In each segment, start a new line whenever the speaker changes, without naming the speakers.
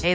Hey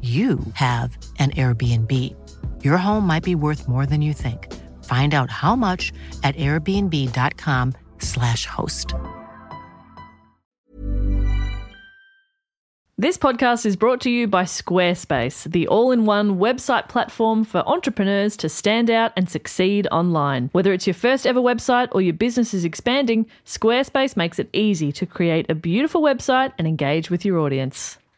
you have an Airbnb. Your home might be worth more than you think. Find out how much at airbnb.com/slash host.
This podcast is brought to you by Squarespace, the all in one website platform for entrepreneurs to stand out and succeed online. Whether it's your first ever website or your business is expanding, Squarespace makes it easy to create a beautiful website and engage with your audience.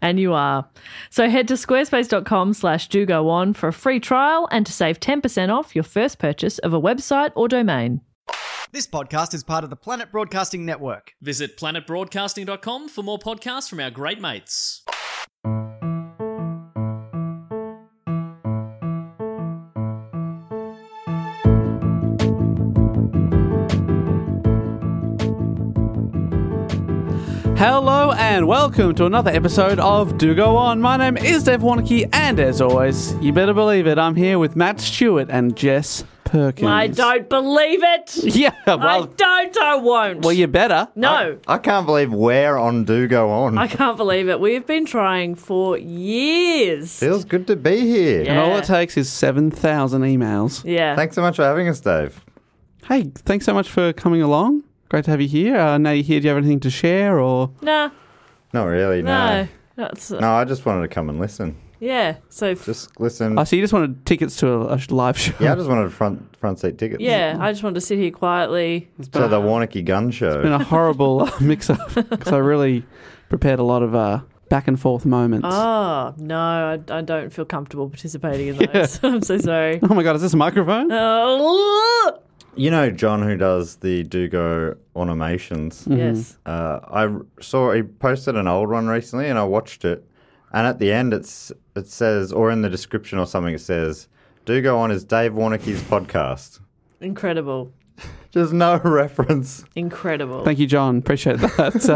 And you are. So head to squarespace.com slash do go on for a free trial and to save 10% off your first purchase of a website or domain.
This podcast is part of the Planet Broadcasting Network.
Visit planetbroadcasting.com for more podcasts from our great mates.
Hello and welcome to another episode of Do Go On. My name is Dave Warnicky, and as always, you better believe it, I'm here with Matt Stewart and Jess Perkins.
I don't believe it.
Yeah,
I
well,
don't. I won't.
well, you better.
no.
I can't believe where on do go on.
I can't believe it. We've been trying for years.
Feels good to be here.
Yeah.
And all it takes is 7,000 emails.
Yeah.
Thanks so much for having us, Dave.
Hey, thanks so much for coming along. Great to have you here. Uh, now you're here, do you have anything to share or...
nah.
Not really, no.
No. That's uh,
No, I just wanted to come and listen.
yeah. So f-
Just listen.
I see Oh, you just wanted tickets to a, a sh- live show.
yeah, I just wanted front front seat tickets.
yeah, I just wanted to sit here quietly.
So the Warnicky Gun Show.
It's been a horrible uh, mix-up because I really prepared a lot of uh, back and forth moments.
Oh no, I, I don't feel comfortable participating in those. I'm so sorry.
oh my God, is this a microphone?
Oh,
You know John who does the do go animations.
Yes.
Uh, I r- saw he posted an old one recently, and I watched it. And at the end, it's it says, or in the description or something, it says, "Do go on is Dave Warnicky's podcast."
Incredible.
Just no reference.
Incredible.
Thank you, John. Appreciate that.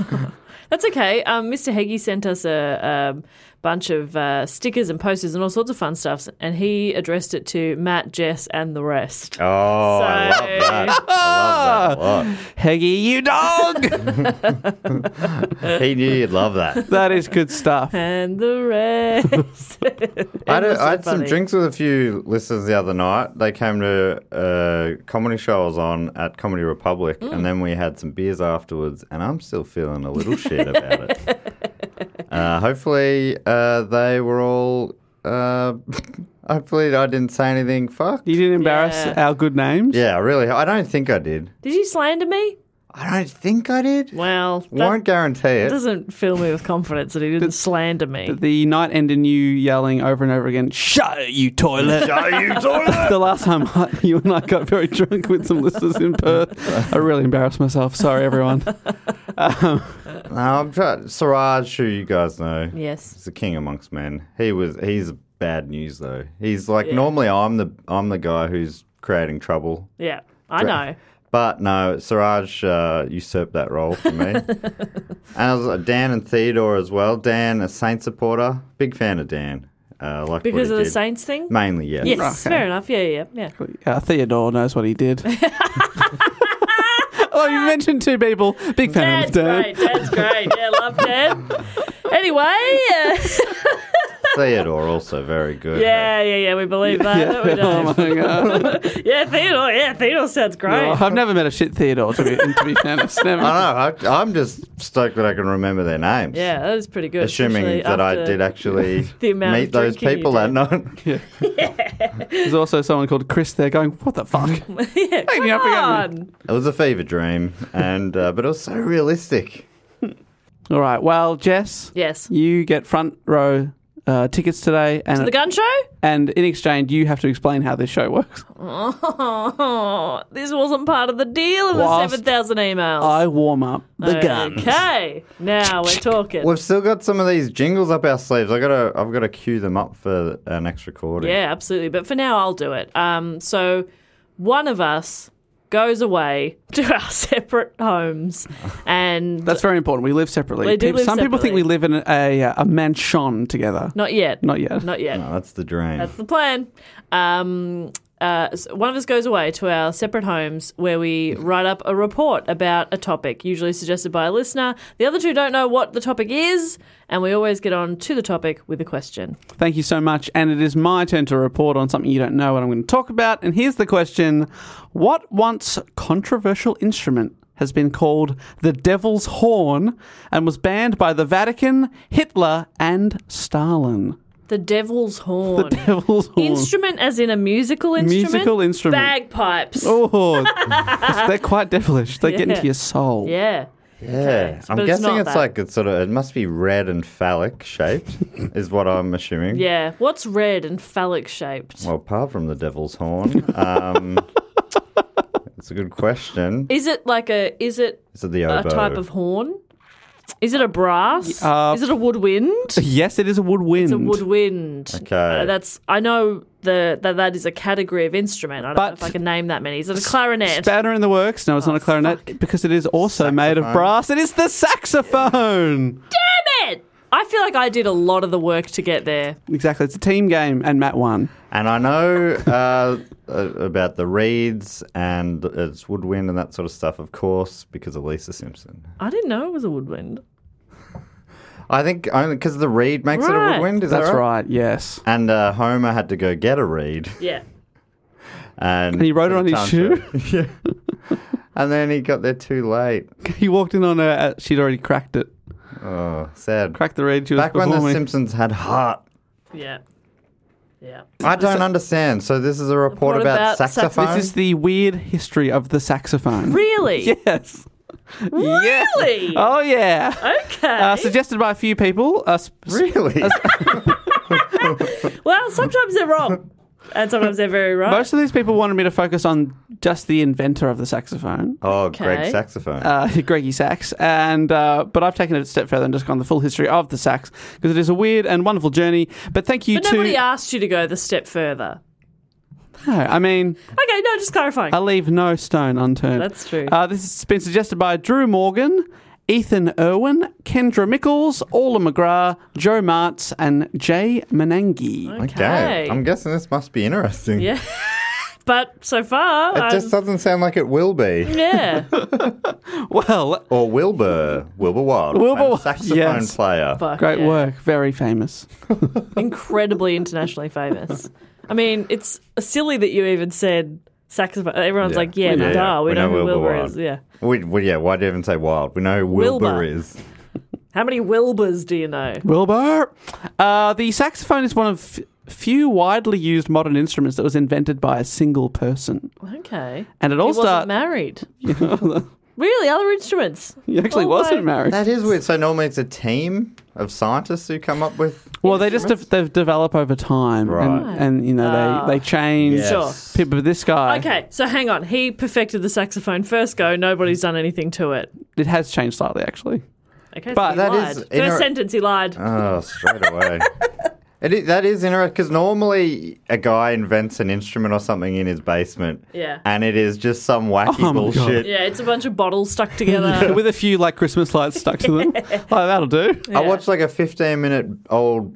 Uh,
That's okay. Um, Mr. Heggie sent us a, a bunch of uh, stickers and posters and all sorts of fun stuff, and he addressed it to Matt, Jess, and the rest.
Oh, I love
So-
that. I love that a lot.
Heggy, you dog!
He knew you'd love that.
that is good stuff.
And the rest.
I had, a-
was so
I had some
funny.
drinks with a few listeners the other night. They came to a comedy show I was on at Comedy Republic, and then we had some beers afterwards, and I'm still feeling a little shit about it. Uh, hopefully, uh, they were all. Uh, hopefully, I didn't say anything. Fuck.
You didn't embarrass
Yeah.
our good names.
Yeah, really. I don't think I did.
Did you slander me?
I don't think I did.
Well, that
Won't guarantee it.
doesn't fill me with confidence that he didn't slander me.
The night ended in you yelling over and over again, Shut it, you toilet!
Are you toilet?
the last time I, you and I got very drunk with some listeners in Perth, I really embarrassed myself. Sorry, everyone.
no, I'm trying. Siraj, who you guys know,
yes.
he's the king amongst men. He was. He's bad news though. He's like normally I'm the I'm the guy who's creating trouble,
Yeah. I know.
but no, Siraj uh, usurped that role for me. and I was, uh, Dan and Theodore as well. Dan, a Saint supporter, big fan of Dan. Uh, like
Because of the
Saint.
Saints thing?
Mainly, yes.
Yes, fair enough. Yeah, yeah, yeah.
Yeah, Theodore knows what he did. oh, you mentioned two people. Big fan
That's
of Dan.
great. That's great. Yeah, love Dan. Anyway, uh,
Theodore also very good.
yeah, yeah, yeah. We believe that. don't we,
Oh
Dave?
my god!
yeah, Theodore. Yeah, Theodore sounds great.
I've never met a shit Theodore to be to be honest. Never.
I know. I, I'm just stoked that I can remember their names.
Yeah, that is pretty good.
Assuming
especially
that I
after-
did actually
the amount of
meet those
drinking you
people
did.
that night.
There's also someone called Chris there going, "What the fuck?"
yeah,
Hey, you
come
have to get me.
on.
It was a fever dream, and uh, but it was so realistic.
All right. Well, Jess,
Yes.
you get front row uh, tickets today, and
To the gun show?
and in exchange, you have to explain how this show works.
Oh, this wasn't part of the deal of the
Whilst
7,000 emails.
I warm up the gun.
Okay, now we're talking.
We've still got some of these jingles up our sleeves. I gotta, I've gotta queue them up for our next recording.
Yeah, absolutely. But for now, I'll do it. Um, so one of us goes away to our separate homes, and
That's very important. We live separately.
We do
People-
live
some people think we
separately.
live in a a, a mansion together.
not yet,
Not yet.
not yet.
Oh, that's the dream.
That's the plan. Um, uh, s- one of us goes away to our separate homes where we write up a report about a topic, usually suggested by a listener. The other two don't know what the topic is, and we always get on to the topic with a question.
Thank you so much. And it is my turn to report on something you don't know what I'm going to talk about. And here's the question What once controversial instrument has been called the devil's horn and was banned by the Vatican, Hitler, and Stalin?
The devil's horn.
Devil's horn.
Instrument as in a musical instrument?
Musical instrument.
Bagpipes.
oh, they're quite devilish. They get
Yeah.
into your soul.
Yeah.
yeah, I'm
but it's
guessing
not
it's
that.
like it's sort of. It must be red and phallic shaped, is what I'm assuming.
Yeah. What's red and phallic shaped?
Well, apart from the devil's horn, um, it's a good question.
Is it like a is it
Is it the
a
oboe?
type of horn? Is it a brass?
Uh,
is it a woodwind?
Yes, it is a woodwind.
It's a woodwind.
Okay.
Uh, that's I know the that that is a category of instrument. I don't know
But-
if I can name that many. Is it a clarinet?
Spanner in the works. No, it's
Oh,
not a clarinet because it is also made of brass. It is the saxophone.
Damn it! I feel like I did a lot of the work to get there.
Exactly. It's a team game, and Matt won.
And I know uh, uh, about the reeds and its woodwind and that sort of stuff, of course, because of Lisa Simpson.
I didn't know it was a woodwind.
I think only because the reed makes it a
Right.
woodwind. Is
That's
that right?
right. Yes.
And uh, Homer had to go get a reed,
Yeah.
and,
And he wrote it on his
Time
shoe?
yeah. And then he got there too late.
He walked in on her. uh, She'd already cracked it.
Oh, sad.
Cracked the reed. She was
Back when the
performing.
Simpsons had heart.
Yeah. Yeah.
I don't understand. So this is a report
What
about,
about sax-
saxophone.
this is the weird history of the saxophone.
Really?
Yes. Yes.
Really?
Oh yeah.
Okay.
Uh, suggested by a few people. Uh, sp-
really.
well, sometimes they're wrong. And sometimes they're very right.
Most of these people wanted me to focus on just the inventor of the saxophone,
oh,
Okay.
Greg saxophone.
uh, Greggy Sax, and uh, but I've taken it a step further and just gone the full history of the sax because it is a weird and wonderful journey. But thank you
but nobody
to.
asked you to go the step further.
No, I mean,
Okay, no, just clarifying.
I leave no stone unturned.
That's true.
Uh, this has been suggested by Drew Morgan, Ethan Irwin, Kendra Mickles, Orla McGrath, Joe Martz, and Jay Menangi.
Okay.
Okay.
I'm guessing this must be interesting.
Yeah. but so far,
It
I'm-
just doesn't sound like it will be.
yeah.
Well,
Or Wilbur. Wilbur Wild.
Wilbur
famous
Wild,
Saxophone
yes.
player.
Fuck,
great
yeah.
work. Very famous.
Incredibly internationally famous. I mean, it's silly that you even said saxophone. Everyone's
Yeah.
like, yeah,
We know-
duh, we, know, who Wilbur,
Wilbur
is.
Wilde.
Yeah.
We, we, yeah, why do you even say wild? We know who Wilbur,
Wilbur.
is.
How many Wilburs do you know?
Wilbur. Uh, the saxophone is one of f- few widely used modern instruments that was invented by a single person.
Okay.
And it
He
all
wasn't
starts.
married.
Really? Other instruments?
He actually
Oh,
wasn't
my-
married.
That is weird. So normally it's a team of scientists who come up with.
Well, they just de- they develop over time,
Right.
and, and you know they they change.
Sure.
Pe- But this guy,
Okay, so hang on. He perfected the saxophone first go. Nobody's done anything to it.
it has changed slightly actually.
Okay,
But
so he
that
lied.
is
First
inter-
sentence, he lied.
Oh, straight away. It is, that is interesting because normally a guy invents an instrument or something in his basement,
Yeah.
and it is just some wacky
Oh my God.
bullshit.
yeah, it's a bunch of bottles stuck together.
With a few like Christmas lights stuck to them, like that'll do.
I watched like a 15 minute old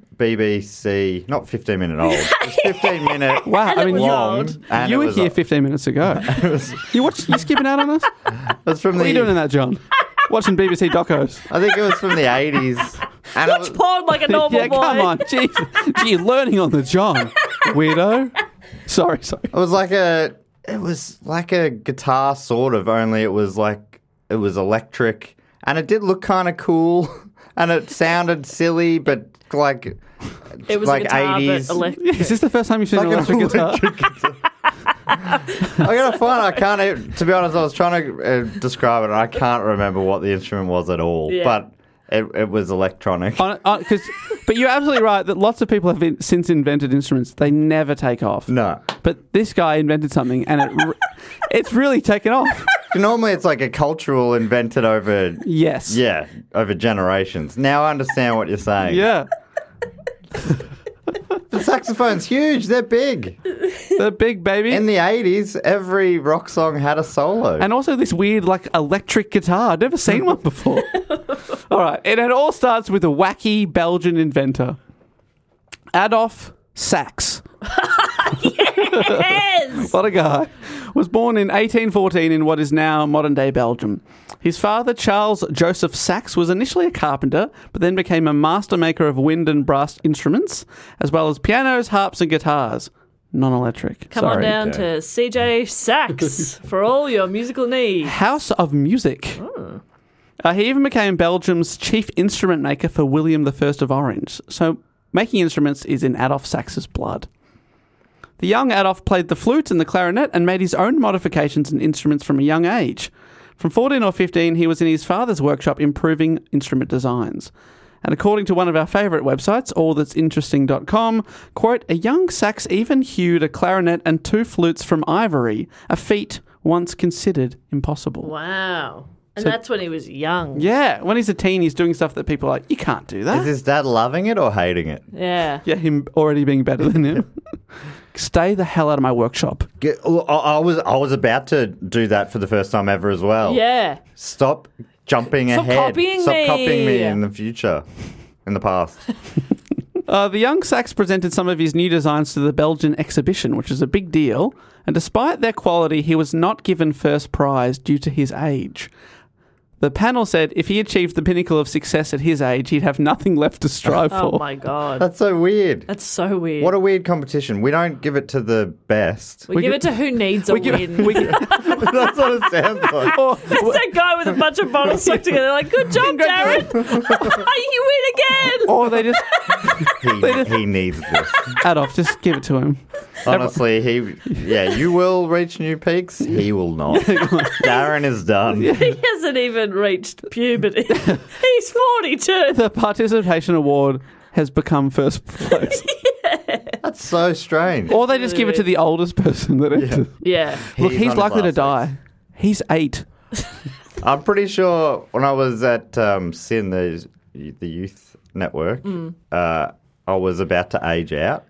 BBC, not 15 minute old, it was 15 minute.
Wow, I mean,
was
you-
old.
And
you
it
were
was
here
old.
15 minutes ago. you watch, you skipping out on us? What
It was from
are you
the-
doing in that, John? Watching BBC docos.
I think it was from the 80s. And it was-
Poured like a normal
yeah,
boy.
come on, jeez, gee, you're learning on the John, weirdo. Sorry, sorry.
It was like a it was like a guitar sort of, only it was like it was electric and it did look kinda cool and it sounded silly but like
It was
like
a guitar, but elect-
Is this the first time you've seen
Like
an
an
electric guitar?
I gotta find. I can't. Even, to be honest, I was trying to uh, describe it, and I can't remember what the instrument was at all.
Yeah.
But it, it was electronic.
on, on, 'cause- but you're absolutely right that lots of people have in, since invented instruments. They never take off.
No,
But this guy invented something and it, re- it's really taken off.
normally it's like a cultural invented over.
Yes.
Yeah, over generations. Now I understand what you're saying.
Yeah.
The saxophone's huge. They're big.
The big baby.
In the 80s, every rock song had a solo.
and also this weird, like, electric guitar. I'd never seen one before. all right. And it all starts with a wacky Belgian inventor, Adolf Sax.
Yes!
What a guy. Was born in 1814 in what is now modern day Belgium. His father, Charles Joseph Sachs, was initially a carpenter, but then became a master maker of wind and brass instruments, as well as pianos, harps, and guitars. Non electric.
Come on down to CJ Sachs for all your musical needs.
House of Music. Uh, he even became Belgium's chief instrument maker for William I of Orange. So, making instruments is in Adolf Sax's blood. The young Adolf played the flute and the clarinet and made his own modifications and instruments from a young age. From 14 or 15, he was in his father's workshop improving instrument designs. And according to one of our favourite websites, allthat'sinteresting.com, quote, a young Sax even hewed a clarinet and two flutes from ivory, a feat once considered impossible.
Wow. And that's when he was young.
Yeah, when he's a teen, he's doing stuff that people are like, you can't do that.
Is his dad loving it or hating it?
Yeah.
yeah, him already being better than him. Stay the hell out of my workshop.
Get- oh, I I was I was about to do that for the first time ever as well.
Yeah.
Stop jumping
Stop
ahead.
copying
Stop
me.
copying me in the future, in the past.
Uh, the young Sax presented some of his new designs to the Belgian exhibition, which is a big deal. And despite their quality, he was not given first prize due to his age. The panel said if he achieved the pinnacle of success at his age, he'd have nothing left to strive
Oh
for.
my God.
That's so weird.
That's so weird.
What a weird competition. We don't give it to the best.
we, give it to who needs a
We give-
win.
we give-
That's what it sounds like.
or-
It's that guy with a bunch of bottles stuck together. Like, good job, Darren. you win
Oh.
again.
or they just,
He, he needs this.
Adolf, just give it to him.
Honestly, he. Yeah, you will reach new peaks. He will not. Darren is done.
He hasn't even reached puberty. He's 42.
The participation award has become first place.
That's so strange.
Or they just give it to the oldest person that enters.
Yeah.
Look,
He's
he's,
on
likely to
his last
die. He's eight.
I'm pretty sure when I was at um, Sin, the the youth network,
Mm.
uh, I was about to age out,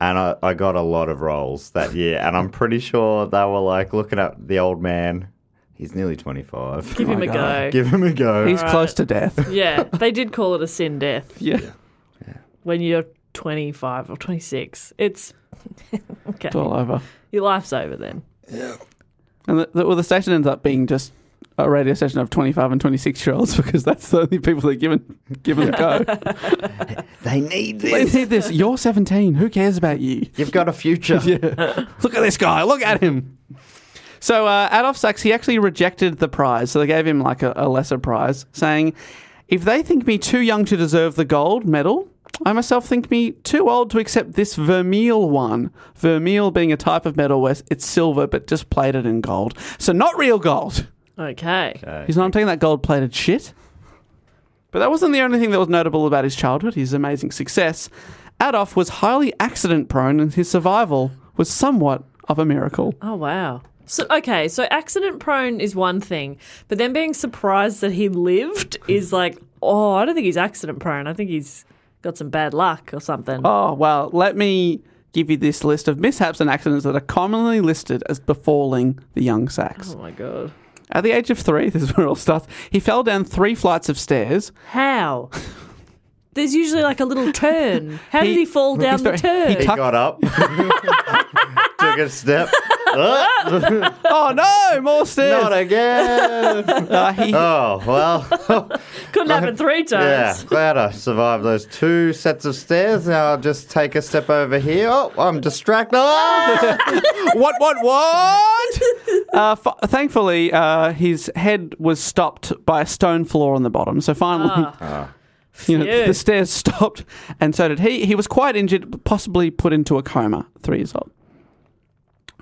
and I, I got a lot of roles that year. And I'm pretty sure they were like looking at the old man. He's nearly 25.
Give him a go.
Oh Give him a go.
He's close to death.
Yeah. They did call it a sin death
yeah.
when you're 25 or 26. It's okay.
It's all over.
Your life's over then.
And the, the, well, the station ends up being just a radio station of 25 and 26 year olds because that's the only people that given given a go.
they need
they
this.
need this. You're 17. Who cares about you?
You've got a future.
Look at this guy. Look at him. So uh, Adolf Sachs, he actually rejected the prize. So they gave him like a, a lesser prize, saying, "If they think me too young to deserve the gold medal, I myself think me too old to accept this vermeil one. Vermeil being a type of metal where it's silver but just plated in gold, so not real gold."
Okay.
Okay.
He's not taking that gold plated shit. But that wasn't the only thing that was notable about his childhood, his amazing success. Adolf was highly accident prone and his survival was somewhat of a miracle.
Oh wow. So okay, so accident prone is one thing, but then being surprised that he lived is like, oh, I don't think he's accident prone. I think he's got some bad luck or something.
Oh, well, let me give you this list of mishaps and accidents that are commonly listed as befalling the young Sax.
Oh my god.
At the age of three, this is where it all starts, he fell down three flights of stairs.
How? There's usually like a little turn. How did he fall down the
he's very-
turn?
he
He
tucked-
got up, took a step. Oh,
oh, no, more stairs.
not again.
Uh, he-
Oh, well.
Couldn't happen three
Yeah,
times.
glad I survived those two sets of stairs. Now I'll just take a step over here. Oh, I'm distracted. Oh!
what, what, what? uh, f- thankfully, uh, his head was stopped by a stone floor on the bottom. So finally, you know,
Ah. Phew.
the stairs stopped, and so did he. He was quite injured, possibly put into a coma, three years old.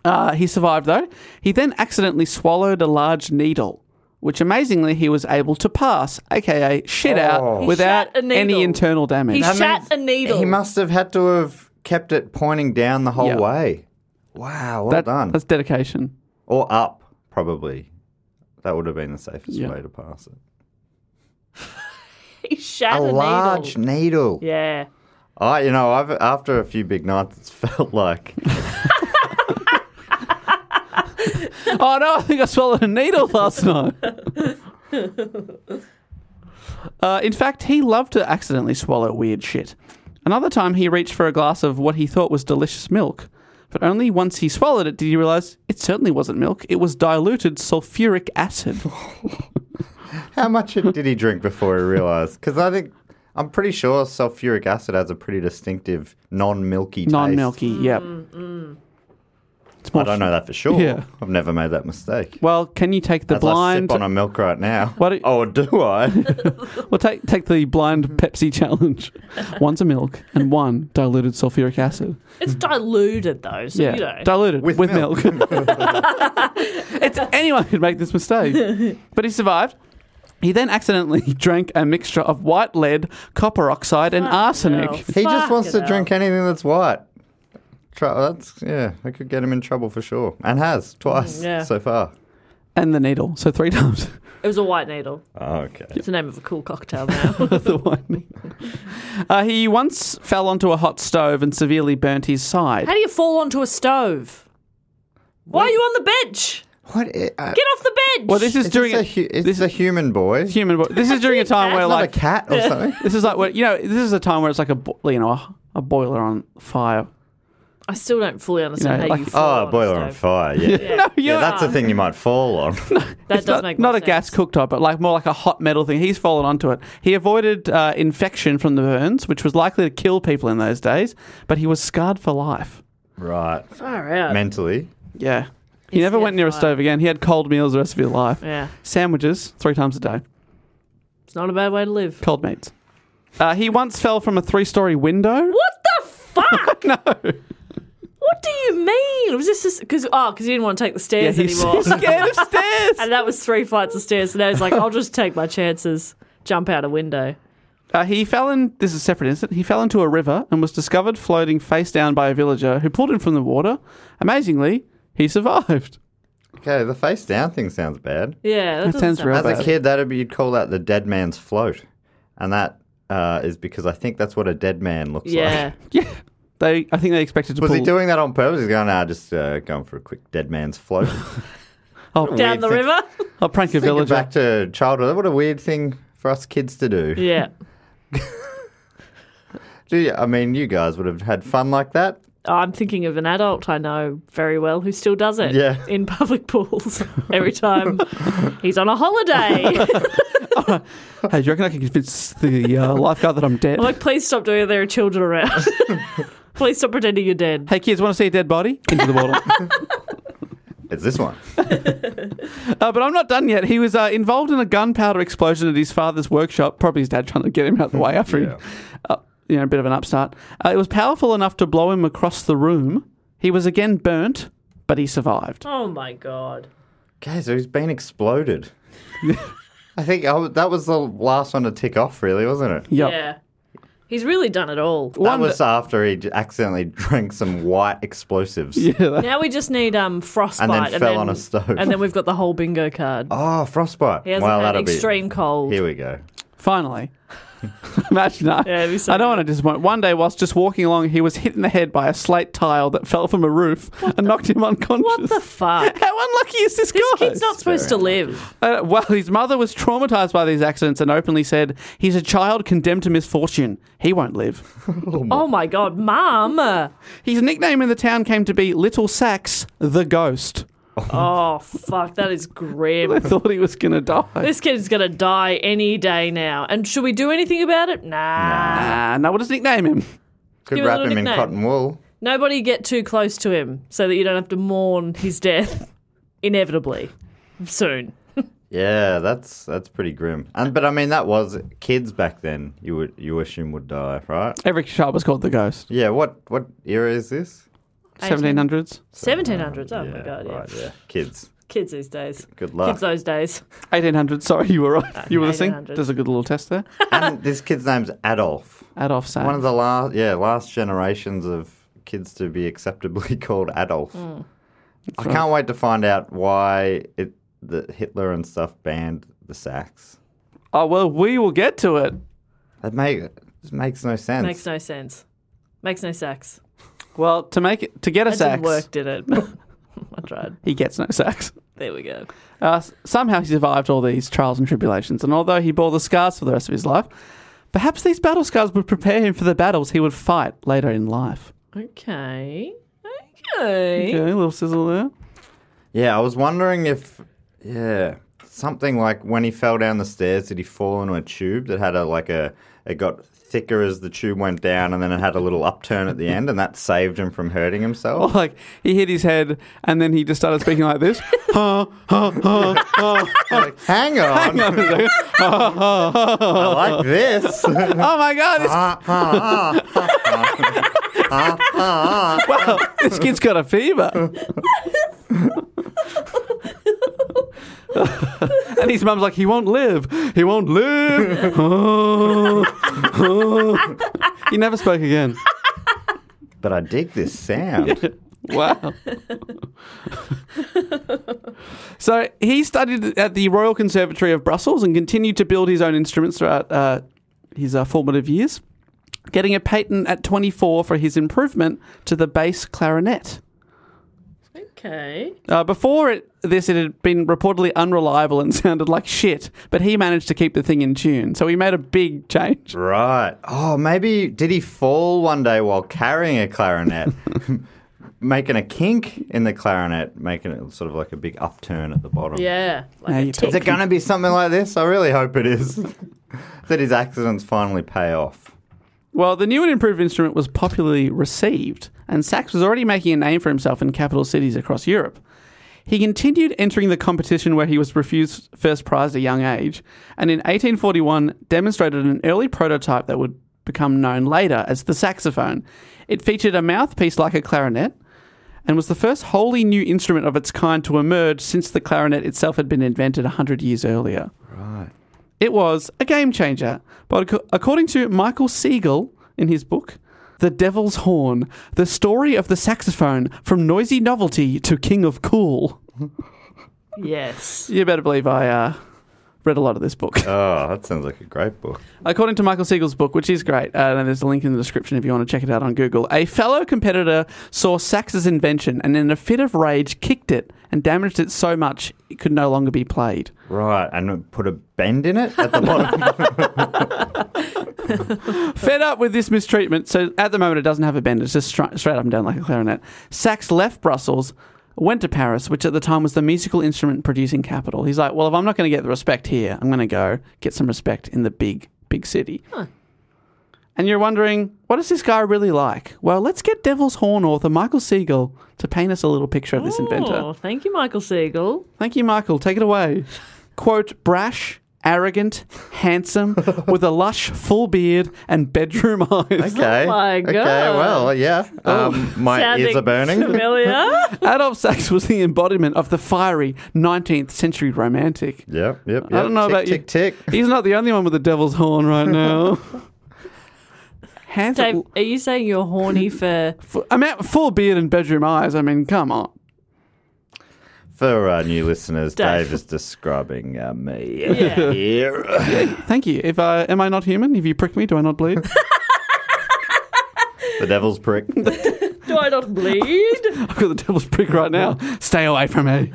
Uh, he survived, though. He then accidentally swallowed a large needle, which amazingly he was able to pass, aka shit out,
Oh. He
without
shat a needle.
any internal damage.
He
That
shat
means
a needle.
He must have had to have kept it pointing down the whole
Yeah.
way. Wow, well
That-
done.
That's dedication.
Or up, probably. That would have been the safest
Yeah.
way to pass it.
He shat
a
a,
large
needle.
needle.
Yeah.
I, you know, I've after a few big nights, it's felt like
Oh no, I think I swallowed a needle last night. Uh, in fact, he loved to accidentally swallow weird shit. Another time, he reached for a glass of what he thought was delicious milk, but only once he swallowed it did he realize it certainly wasn't milk. It was diluted sulfuric acid.
Oh, how much did he drink before he realised? Because I think I'm pretty sure sulfuric acid has a pretty distinctive non-milky taste.
Non-milky. Yep.
I
It's more
don't know that for sure.
Yeah.
I've never made that mistake.
Well, can you take the
As
blind?
I sip on a milk right now.
What do-
oh, do I?
Well, take take the blind Pepsi challenge. One's a milk and one diluted sulfuric acid.
It's diluted though, so
Yeah,
you know.
diluted with,
With
milk.
milk.
it's anyone could make this mistake, but he survived. He then accidentally drank a mixture of white lead, copper oxide, and arsenic.
hell.
he just wants to
Fucking
drink anything that's white. Try, that's yeah. I could get him in trouble for sure, and has twice
Mm, yeah.
so far.
and the needle. So three times
It was a white needle.
Oh, okay.
It's the name of a cool cocktail now.
the one. Uh, he once fell onto a hot stove and severely burnt his side.
How do you fall onto a stove? Why are you on the bench?
What? i- uh,
Get off the bench.
well, this is,
is
during
this
a,
a, hu- is
this
this
is
a human boy? It's
human. This is during a time where
not
like
a cat or something.
this is like where, you know this is a time where it's like a bo- you know a, a boiler on fire.
I still don't fully understand
know,
how
like-
you fall
Oh,
on
a boiler
a
on
stove.
fire. Yeah. yeah.
No, you're
that's a thing you might fall on.
That does
not,
make
not
more
a gas
sense.
cooktop, but like more like a hot metal thing. He's fallen onto it. He avoided uh, infection from the burns, which was likely to kill people in those days, but he was scarred for life.
right.
Far out.
Mentally.
Yeah. He never
scared
went near a
for
stove again. He had cold meals the rest of his life.
Yeah,
Sandwiches three times a day.
it's not a bad way to live.
Cold meats. Uh, he once fell from a three-story window.
What the fuck? no. What do you mean? Was this because oh, because he didn't want to take the
Yeah,
stairs
he's
anymore,
scared of stairs.
and that was three flights of stairs. So now he's like, I'll just take my chances, jump out a window.
Uh, he fell in. This is a separate incident. He fell into a river and was discovered floating face down by a villager who pulled him from the water. Amazingly, he survived.
Okay, the face down thing sounds bad.
Yeah, that,
That
doesn't
sounds
sound
real
bad.
As
bad.
a kid, that'd be you'd call that the dead man's float, and that uh, is because I think that's what a dead man looks
Yeah,
like.
Yeah, they. I think they expected to
Was
pull.
he doing that on purpose? He's going, nah, just uh, going for a quick dead man's float.
oh,
Weird
down the
thing.
river.
I'll prank a
Thinking
villager.
back to childhood, what a weird thing for us kids to do.
yeah.
do you, I mean, you guys would have had fun like that.
I'm thinking of an adult I know very well who still does it
Yeah.
in public pools every time he's on a holiday.
Hey, do you reckon I can convince the uh, lifeguard that I'm dead?
I'm like, please stop doing it. There are children around. please stop pretending you're dead.
hey, kids, want to see a dead body? Into the water.
It's this one.
uh, but I'm not done yet. He was uh, involved in a gunpowder explosion at his father's workshop. Probably his dad trying to get him out of the way after
Yeah.
he, uh, you know, a bit of an upstart. Uh, it was powerful enough to blow him across the room. He was again burnt, but he survived.
Oh my god.
Okay, so he's been exploded. I think I, w- that was the last one to tick off, really, wasn't it?
Yep.
Yeah. He's really done it all.
That was after he j- accidentally drank some white explosives.
Now we just need um frostbite
And then fell on a stove.
And then we've got the whole bingo card.
Oh, frostbite.
He hasn't
well,
had
that'll
extreme
be.
cold.
Here we go.
Finally. Imagine that.
Yeah, it'd be so
I don't
good.
want to disappoint. One day, whilst just walking along, he was hit in the head by a slate tile that fell from a roof and knocked him unconscious.
What the fuck?
How unlucky is this,
This
guy?
kid's not supposed to live.
Uh, well, his mother was traumatized by these accidents and openly said, He's a child condemned to misfortune. He won't live.
Oh my god, mum!
His nickname in the town came to be Little Sax the Ghost.
Oh fuck, that is grim.
I thought he was going to die.
This kid is gonna die any day now. And should we do anything about it? Nah.
Ah, no, we'll just nickname him.
Could
Give it a
wrap
little
him in
nickname.
cotton wool.
Nobody get too close to him so that you don't have to mourn his death inevitably soon.
Yeah, that's that's pretty grim. And but I mean, that was kids back then. You would you assume would die, right?
Every child was called the Ghost.
Yeah. What what era is this?
1700s,
1700s. Oh my god, yeah.
Right. Yeah. Kids.
Kids these days.
Good luck.
Kids those days.
1800s. Sorry, you were
Uh,
right. You were listening.
1800s.
There's a good little test there.
and this kid's name's Adolf.
Adolf Sax.
One of the last, yeah, last generations of kids to be acceptably called Adolf.
Hmm.
I can't wait to find out why it the Hitler and stuff banned the sax.
Oh, well, we will get to it.
That make it makes no sense.
Makes no sense. Makes no sax.
Well, to make it, to get a
That didn't
sax,
work, did it? I tried.
he gets no sax.
There we go.
Uh, s- somehow he survived all these trials and tribulations, and although he bore the scars for the rest of his life, perhaps these battle scars would prepare him for the battles he would fight later in life.
Okay. Okay.
Okay, a little sizzle there.
Yeah, I was wondering if yeah something like when he fell down the stairs, did he fall into a tube that had a like a it got thicker as the tube went down, and then it had a little upturn at the end, and that saved him from hurting
Or
himself.
like he hit his head, and then he just started speaking like this.
Like, hang on,
Oh
I like this.
oh my god! This, wow, this kid's got a fever. and his mum's like, he won't live. He won't live. Oh, oh. He never spoke again.
but I dig this sound.
Wow. so he studied at the Royal Conservatory of Brussels and continued to build his own instruments throughout uh, his uh, formative years, getting a patent at 24 for his improvement to the bass clarinet.
Okay.
Uh, before it, this, it had been reportedly unreliable and sounded like shit, but he managed to keep the thing in tune. So he made a big change.
right. Oh, maybe did he fall one day while carrying a clarinet? making a kink in the clarinet, making it sort of like a big upturn at the bottom.
Yeah. Like
Now
a
you're
tick.
Is it going to be something like this? I really hope it is. that his accidents finally pay off.
Well, the new and improved instrument was popularly received, and Sachs was already making a name for himself in capital cities across Europe. He continued entering the competition where he was refused first prize at a young age, and in 1841 demonstrated an early prototype that would become known later as the saxophone. It featured a mouthpiece like a clarinet and was the first wholly new instrument of its kind to emerge since the clarinet itself had been invented 100 years earlier. It was a game changer. But ac- according to Michael Siegel in his book, The Devil's Horn The Story of the Saxophone from Noisy Novelty to King of Cool.
Yes.
You better believe I uh, read a lot of this book.
Oh, that sounds like a great book.
According to Michael Siegel's book, which is great, uh, and there's a link in the description if you want to check it out on Google, a fellow competitor saw Sax's invention and in a fit of rage kicked it and damaged it so much it could no longer be played.
Right, and put a bend in it at the bottom.
Fed up with this mistreatment, so at the moment it doesn't have a bend, it's just stri- straight up and down like a clarinet. Sax left Brussels, went to Paris, which at the time was the musical instrument producing capital. He's like, well, if I'm not going to get the respect here, I'm going to go get some respect in the big, big city. And you're wondering, what is this guy really like? Well, let's get Devil's Horn author Michael Siegel to paint us a little picture of this inventor.
Oh, thank you, Michael Siegel.
Thank you, Michael. Take it away. Quote, brash, arrogant, handsome, with a lush, full beard and bedroom eyes.
Okay.
my
okay,
God.
well, yeah. Um, my ears are
Sounding
burning.
Familiar.
Adolf Sachs was the embodiment of the fiery 19th century romantic.
Yep, yep, yep.
I don't know
tick,
about you.
tick, Tick,
He's not the only one with the devil's horn right now. Handsome.
Dave, are you saying you're horny for?
F- I mean, full beard and bedroom eyes. I mean, come on.
For our new listeners,
Dave.
Dave, is describing uh, me.
Yeah.
Here.
Thank you. If I am I not human? If you prick me, do I not bleed?
the devil's prick.
Do I not bleed?
I've got the devil's prick right now. Stay away from me.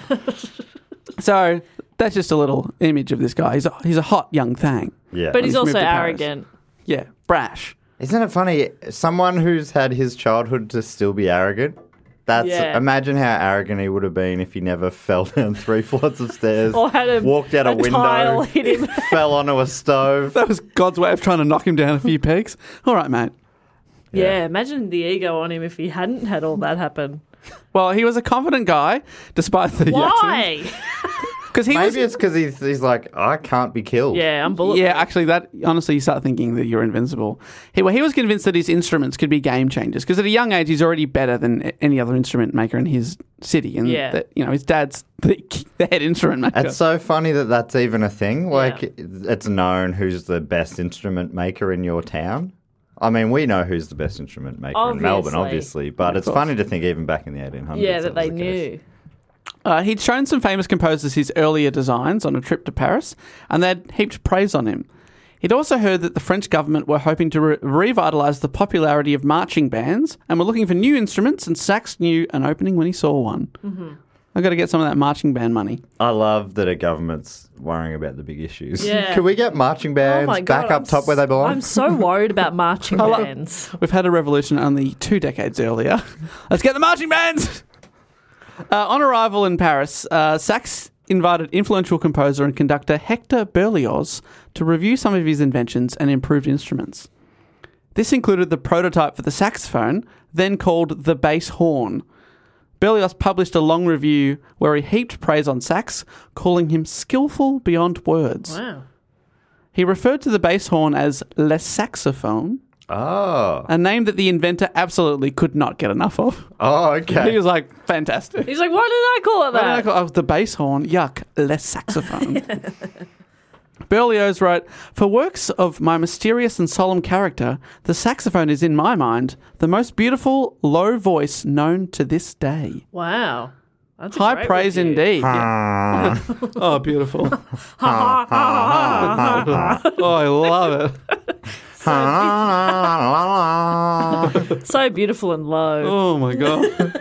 so that's just a little image of this guy. He's a, he's a hot young thing.
Yeah.
But he's
moved
also
to Paris.
arrogant.
Yeah, brash.
Isn't it funny? Someone who's had his childhood to still be arrogant. That's
Yeah.
imagine how arrogant he would have been if he never fell down three flights of stairs,
Or had a
walked out a,
a tile
window,
hit him.
fell onto a stove.
That was God's way of trying to knock him down a few pegs. All right, mate.
Yeah. imagine the ego on him if he hadn't had all that happen.
Well, he was a confident guy, despite the
Why?
Because he was.
Maybe it's because he's, he's like, I can't be killed.
yeah, I'm bullet.
yeah, actually, that honestly, you start thinking that you're invincible. He, well, he was convinced that his instruments could be game changers because at a young age, he's already better than a- any other instrument maker in his city, and
Yeah.
that, you know his dad's the, the head instrument maker.
It's so funny that that's even a thing. Like, it's known who's the best instrument maker in your town. I mean, we know who's the best instrument maker in Melbourne,
Obviously.
obviously, but it's funny to think even back in the 1800s.
yeah, that
was
they
the case.
knew.
Uh, he'd shown some famous composers his earlier designs on a trip to Paris, and they'd heaped praise on him. He'd also heard that the French government were hoping to re- revitalise the popularity of marching bands and were looking for new instruments, and Sax knew an opening when he saw one. I've got to get some of that marching band money.
I love that a government's worrying about the big issues.
Yeah. Oh
Can we get marching
Oh
bands back
I'm
up top where they
s-
belong?
I'm so worried about marching
love-
bands.
We've had a revolution only two decades earlier. Let's get the marching bands! Uh, on arrival in Paris, uh, Sachs invited influential composer and conductor Hector Berlioz to review some of his inventions and improved instruments. This included the prototype for the saxophone, then called the bass horn. Berlioz published a long review where he heaped praise on Sachs, calling him skillful beyond words.
Wow.
He referred to the bass horn as le saxophone,
oh.
a name that the inventor absolutely could not get enough of.
Oh,
He
okay.
was like, fantastic.
He's like, why did I call it
Why did I
that?
call- oh, the bass horn, yuck, less saxophone. Berlioz wrote, For works of my mysterious and solemn character, the saxophone is, in my mind, the most beautiful low voice known to this day.
wow. That's a
High
great
praise
review.
indeed. Yeah. oh, beautiful.
Ah,
Ha, ha, ha, ha, ha.
Oh, I love it.
so beautiful and low.
Oh, my God.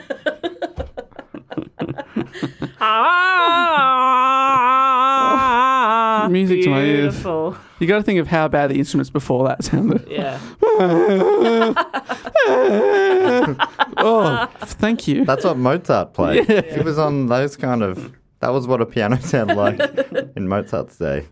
Ah,
Music to my ears.
Beautiful.
You got to think of how bad the instruments before that sounded.
Yeah.
Oh, thank you.
That's what Mozart played. He was on those kind of. That was what a piano sounded like in Mozart's day.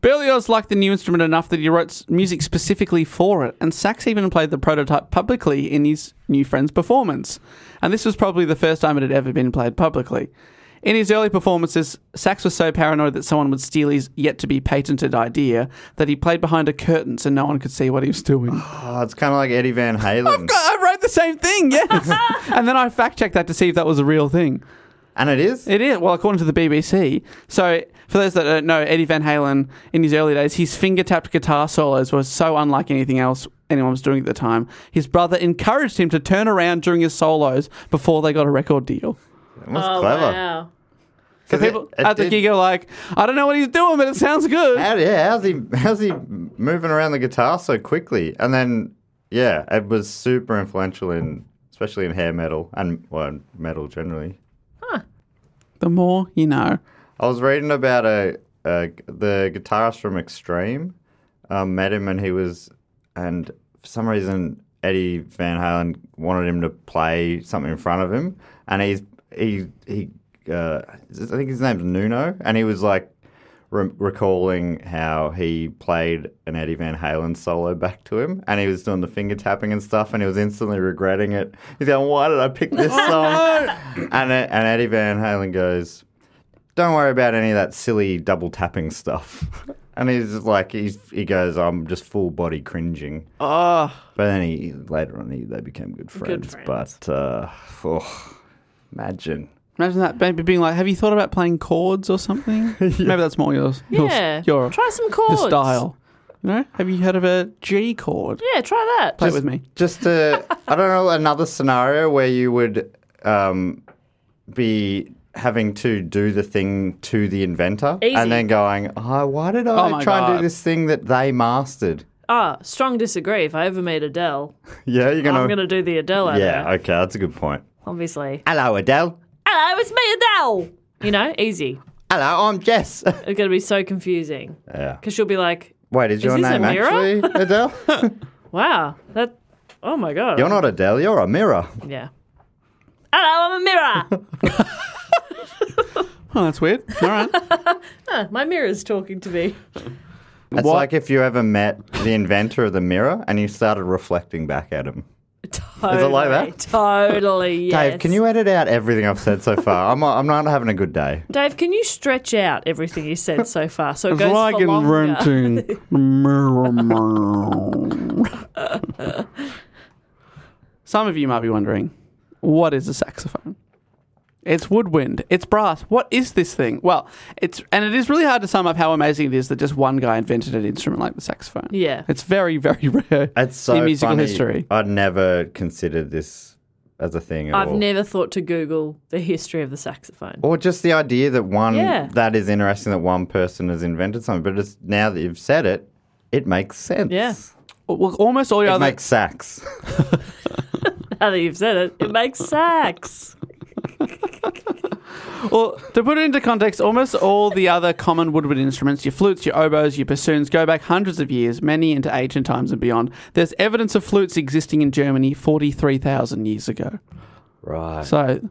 Berlioz liked the new instrument enough that he wrote s- music specifically for it, and Sax even played the prototype publicly in his new friend's performance. And this was probably the first time it had ever been played publicly. In his early performances, Sax was so paranoid that someone would steal his yet to be patented idea that he played behind a curtain so no one could see what he was doing.
Oh, it's kind of like Eddie Van Halen.
I wrote the same thing, yes! and then I fact checked that to see if that was a real thing.
And it is?
It is. Well, according to the BBC. So, for those that don't know, Eddie Van Halen, in his early days, his finger tapped guitar solos were so unlike anything else anyone was doing at the time. His brother encouraged him to turn around during his solos before they got a record deal.
It was
Oh,
clever.
wow.
So,
'Cause it-
people
it
at the
did-
gig are like, I don't know what he's doing, but it sounds good.
How, yeah, how's he, how's he moving around the guitar so quickly? And then, yeah, it was super influential in, especially in hair metal and, well, metal generally.
The more you know.
I was reading about a, a the guitarist from Extreme. Um, met him and he was, and for some reason Eddie Van Halen wanted him to play something in front of him, and he's he he uh, I think his name's Nuno, and he was like. Re- recalling how he played an Eddie Van Halen solo back to him, and he was doing the finger tapping and stuff, and he was instantly regretting it. He's going, "Why did I pick this song?" and and Eddie Van Halen goes, don't worry about any of that silly double tapping stuff. And he's just like, he's, he goes, I'm just full body cringing.
Oh,
But then he, later on, he, they became good friends.
friends.
But, uh, oh, imagine.
imagine that. Maybe being like, have you thought about playing chords or something? Maybe that's more yours. your-
Yeah.
Your,
try some
your
chords.
style. You know? Have you heard of a G chord?
Yeah, try that.
Play it with me.
Just I I don't know, another scenario where you would um, be having to do the thing to the inventor
Easy.
and then going, oh, why did
Oh
I
my
try and
God.
do this thing that they mastered?
Ah, strong disagree. If I ever made Adele,
Yeah, you're going to.
I'm going to do the Adele out
yeah,
there,
okay, that's a good point.
obviously.
Hello, Adele.
Hello, it's me, Adele. You know, easy.
Hello, I'm Jess.
It's going to be so confusing.
Yeah.
Because she'll be like,
Wait, is your
this a
name actually
mirror?
Adele?
wow, that, oh my God.
you're not Adele, you're a mirror.
Yeah. Hello, I'm a mirror.
Oh, that's weird. All right.
Huh, My mirror's talking to me.
It's
What?
like if you ever met the inventor of the mirror and you started reflecting back at him.
Totally,
like that?
Totally, yes.
Dave, can you edit out everything I've said so far? I'm, I'm not having a good day.
Dave, can you stretch out everything you said so far so it
It's
goes
like
for
in
longer?
renting. Mirror, mirror. Some of you might be wondering, what is a saxophone? It's woodwind. It's brass. What is this thing? Well, it's and it is really hard to sum up how amazing it is that just one guy invented an instrument like the saxophone.
Yeah.
it's very, very rare
It's so
in musical
funny.
history.
I'd never considered this as a thing at
I've
all.
never thought to Google the history of the saxophone.
or just the idea that one
Yeah.
that is interesting that one person has invented something, but it's now that you've said it, it makes sense.
Yeah.
Well, almost all your
It
other
makes sax.
Now that you've said it, it makes sax.
Well, to put it into context, almost all the other common woodwind instruments, your flutes, your oboes, your bassoons, go back hundreds of years, many into ancient times and beyond. There's evidence of flutes existing in Germany 43,000 years ago.
right.
So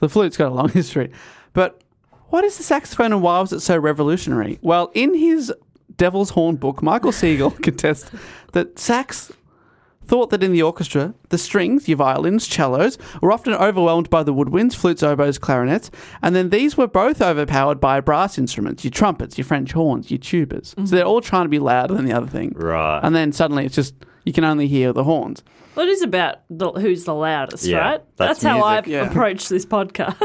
the flute's got a long history. But what is the saxophone and why was it so revolutionary? Well, in his Devil's Horn book, Michael Siegel contests that sax thought that in the orchestra, the strings, your violins, cellos, were often overwhelmed by the woodwinds, flutes, oboes, clarinets, and then these were both overpowered by brass instruments, your trumpets, your French horns, your tubas. So they're all trying to be louder than the other thing.
Right.
And then suddenly it's just, you can only hear the horns.
Well, it is about the, who's the loudest,
Yeah,
right?
that's
how
music.
I've
Yeah.
approached this podcast.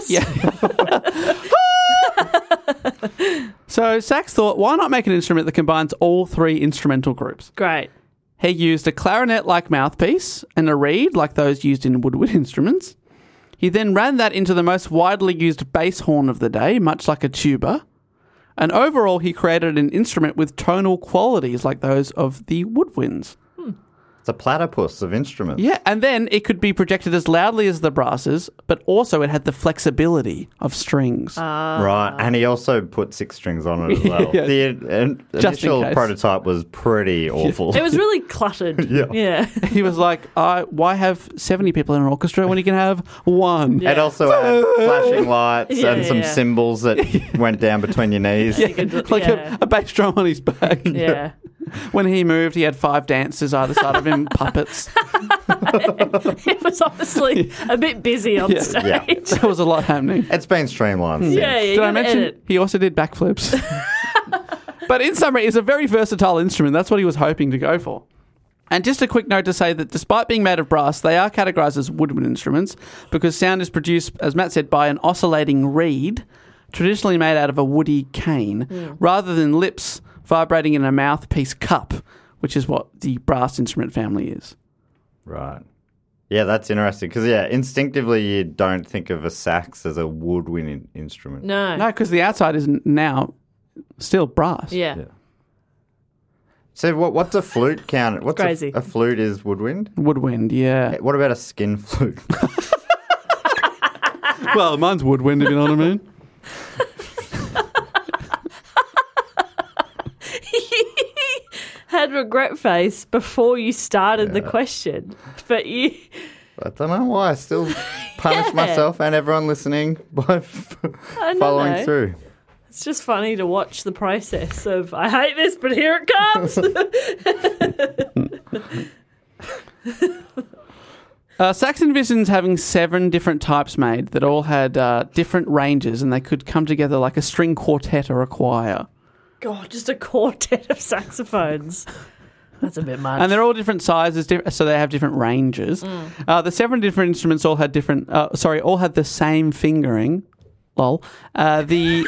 Yeah. so Sachs thought, why not make an instrument that combines all three instrumental groups?
Great.
He used a clarinet like mouthpiece and a reed like those used in woodwind instruments. He then ran that into the most widely used bass horn of the day, much like a tuba. And overall, he created an instrument with tonal qualities like those of the woodwinds.
It's a platypus of instruments.
Yeah, and then it could be projected as loudly as the brasses, but also it had the flexibility of strings.
Ah. Right, and he also put six strings on it as well.
Yeah.
The in- in-
Just in
initial
case.
prototype was pretty awful.
It was really cluttered.
Yeah.
Yeah.
He was like, I, why have 70 people in an orchestra when you can have one?
It also had flashing lights
Yeah,
and
yeah,
some
yeah.
cymbals that went down between your knees.
Like
yeah.
a, a bass drum on his back.
yeah.
When he moved, he had five dancers either side of him, puppets.
It was obviously a bit busy on
Yeah.
stage.
Yeah.
There was a lot happening.
It's been streamlined since.
Yeah, yeah, you
Did I
gotta
mention
edit.
he also did backflips? but in summary, it's a very versatile instrument. That's what he was hoping to go for. And just a quick note to say that despite being made of brass, they are categorized as woodwind instruments because sound is produced, as Matt said, by an oscillating reed, traditionally made out of a woody cane,
Hmm.
rather than lips vibrating in a mouthpiece cup, which is what the brass instrument family is.
Right. Yeah, that's interesting because yeah, instinctively you don't think of a sax as a woodwind in- instrument.
No.
No, because the outside is n- now still brass.
Yeah.
Yeah. So what? What's a flute count? What's a-
Crazy.
A, flute is woodwind.
Woodwind, yeah.
What about a skin flute?
Eh, well, mine's woodwind, if you know what I mean.
Had regret face before you started the question, but you
I don't know why. I still punish
Yeah.
myself and everyone listening by f-
I don't
following
know.
through.
It's just funny to watch the process of I hate this, but here it comes.
Uh, Saxon Visions having seven different types made that all had uh, different ranges and they could come together like a string quartet or a choir.
God, just a quartet of saxophones. That's a bit much.
And they're all different sizes, diff- so they have different ranges.
Mm.
Uh, the seven different instruments all had different, uh, sorry, all had the same fingering. Lol. Uh, the,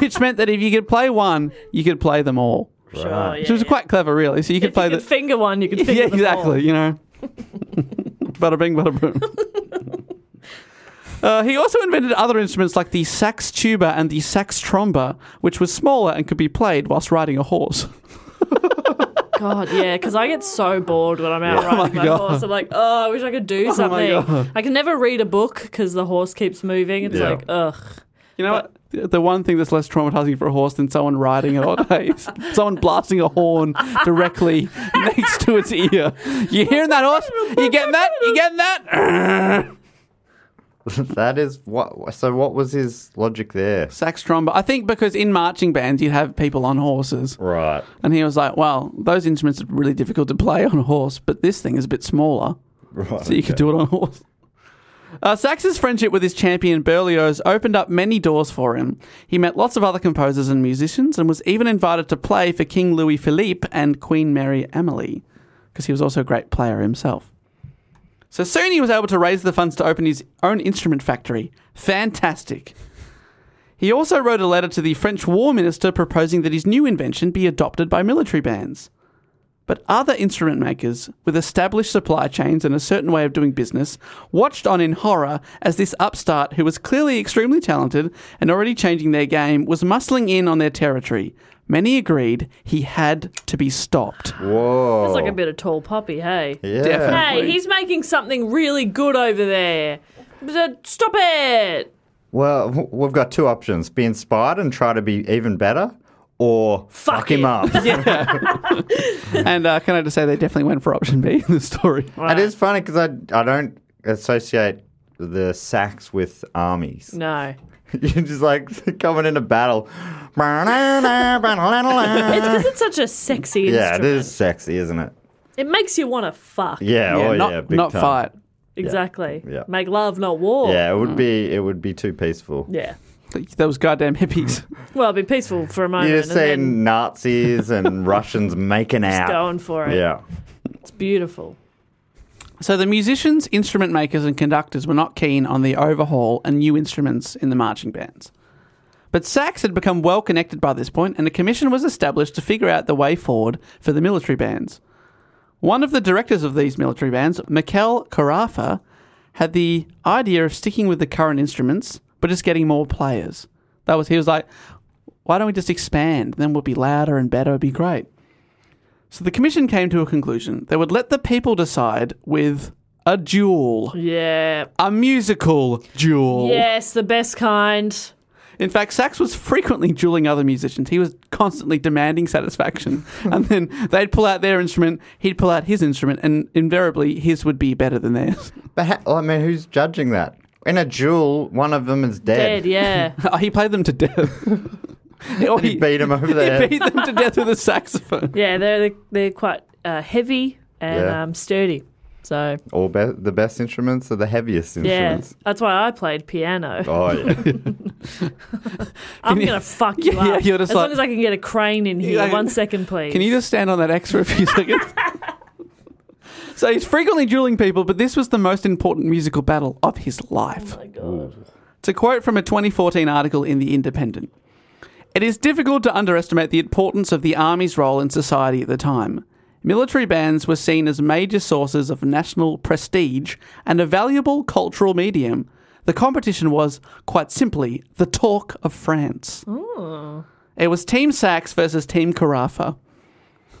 which meant that if you could play one, you could play them all.
sure,
Right.
yeah,
Which was
yeah.
quite clever, really. So you could
If
play
you
the.
could finger one, you could finger
yeah,
them all.
exactly. You know, bada bing, bada boom. Uh, he also invented other instruments like the sax tuba and the sax tromba, which was smaller and could be played whilst riding a horse.
God, yeah, because I get so bored when I'm out riding
my
my
God.
horse. I'm like, oh, I wish I could do something. I can never read a book because the horse keeps moving. It's
Yeah.
like, ugh.
You know what? The one thing that's less traumatizing for a horse than someone riding it all day is someone blasting a horn directly next to its ear. You hearing that horse? You getting that? You getting that?
that is what. So, what was his logic there?
Sax tromba. I think because in marching bands you'd have people on horses.
Right.
And he was like, "Well, those instruments are really difficult to play on a horse, but this thing is a bit smaller,
Right.
so you could do it on a horse." Uh, Sax's friendship with his champion Berlioz opened up many doors for him. He met lots of other composers and musicians, and was even invited to play for King Louis Philippe and Queen Mary Emily, because he was also a great player himself. So soon he was able to raise the funds to open his own instrument factory. Fantastic. He also wrote a letter to the French war minister proposing that his new invention be adopted by military bands. But other instrument makers, with established supply chains and a certain way of doing business, watched on in horror as this upstart, who was clearly extremely talented and already changing their game, was muscling in on their territory. Many agreed he had to be stopped.
Whoa.
It's like a bit of tall poppy, hey?
Oh. Yeah.
Definitely.
Hey, he's making something really good over there. But, uh, Stop it!
Well, w- we've got two options: be inspired and try to be even better, or fuck,
Fuck
him
it.
up.
and uh, can I just say they definitely went for option B in the story?
It is funny because I I don't associate the sacks with armies.
No.
You're just like coming into battle.
It's
yeah,
because it's such a sexy
it
instrument.
is sexy, isn't it?
It makes you want to fuck.
Yeah, oh
not
yeah, big
not
time.
fight. Mm.
Exactly.
Yeah.
Make love, not war.
Yeah, it would be it would be too peaceful.
Yeah.
Those goddamn hippies.
Well, it'd be peaceful for a moment.
You're just
and then
seeing Nazis and Russians making out.
going for it.
Yeah.
It's beautiful.
So the musicians, instrument makers, and conductors were not keen on the overhaul and new instruments in the marching bands. But Sax had become well connected by this point, and a commission was established to figure out the way forward for the military bands. One of the directors of these military bands, Mikel Carafa, had the idea of sticking with the current instruments, but just getting more players. That was he was like, why don't we just expand? Then we'll be louder and better. It'd be great. So the commission came to a conclusion. They would let the people decide with a duel,
Yeah.
a musical
Oh.
duel.
Yes, the best kind.
In fact, Sax was frequently dueling other musicians. He was constantly demanding satisfaction. and then they'd pull out their instrument, he'd pull out his instrument, and invariably his would be better than theirs.
But ha- I mean, who's judging that? In a duel, one of them is dead.
Dead, yeah.
he played them to death. or
He beat him over the
he
head.
beat them to death with a saxophone.
yeah, they're, they're quite uh, heavy and
Yeah.
um, sturdy. So,
All be- the best instruments are the heaviest
yeah.
instruments.
That's why I played piano.
Oh yeah.
I'm
you-
going to fuck you
Yeah, yeah,
up.
you're just
as
like-
long as I can get a crane in here.
like-
One second, please.
Can you just stand on that X for a few seconds? so he's frequently dueling people, but this was the most important musical battle of his life. It's a quote from a 2014 article in The Independent. It is difficult to underestimate the importance of the army's role in society at the time. Military bands were seen as major sources of national prestige and a valuable cultural medium. The competition was, quite simply, the talk of France. It was Team Sax versus Team Carafa.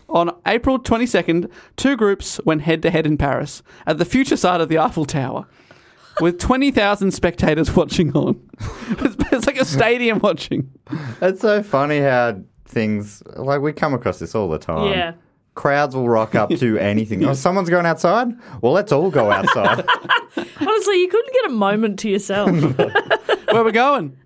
On April 22nd, two groups went head to head in Paris at the future side of the Eiffel Tower with 20,000 spectators watching on. It's, it's like a stadium watching.
it's so funny how things like we come across this all the time.
Yeah.
Crowds will rock up to anything. Oh, someone's going outside? Well, let's all go outside.
Honestly, you couldn't get a moment to yourself.
Where we going?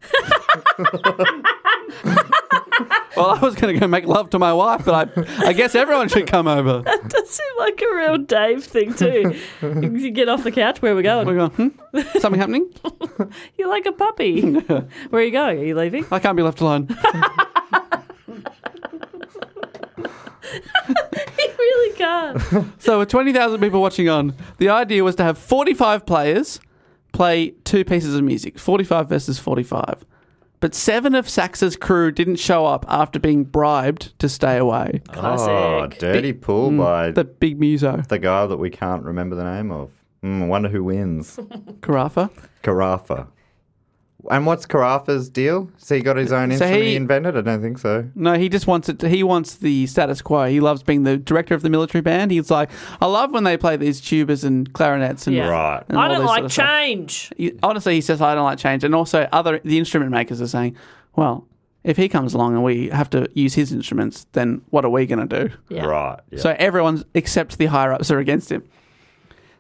Well, I was going to go make love to my wife, but I, I guess everyone should come over.
That seemed like a real Dave thing too. you get off the couch. Where are we
We
going?
go, hmm? Something happening?
You're like a puppy. Where are you going? Are you leaving?
I can't be left alone.
you really can't.
So, with 20,000 people watching on, the idea was to have 45 players play two pieces of music 45 versus 45. But seven of Sax's crew didn't show up after being bribed to stay away.
Classic.
Oh, dirty pool by
mm, The
the,
big muso,
guy that we can't remember the name of. Mm, I wonder who wins.
Carafa.
Carafa. And what's Carafa's deal? Has he got his own
So
instrument
he-
he invented? I don't think so.
No, he just wants it. he wants the status quo. He loves being the director of the military band. He's like, I love when they play these tubas and clarinets and
Yeah.
Right.
and
I
all
don't
this
like
sort of stuff.
change.
He- honestly, he says I don't like change, and also other the instrument makers are saying, well, if he comes along and we have to use his instruments, then what are we going to do?
Yeah.
Right. Yeah.
So everyone except the higher ups are against him.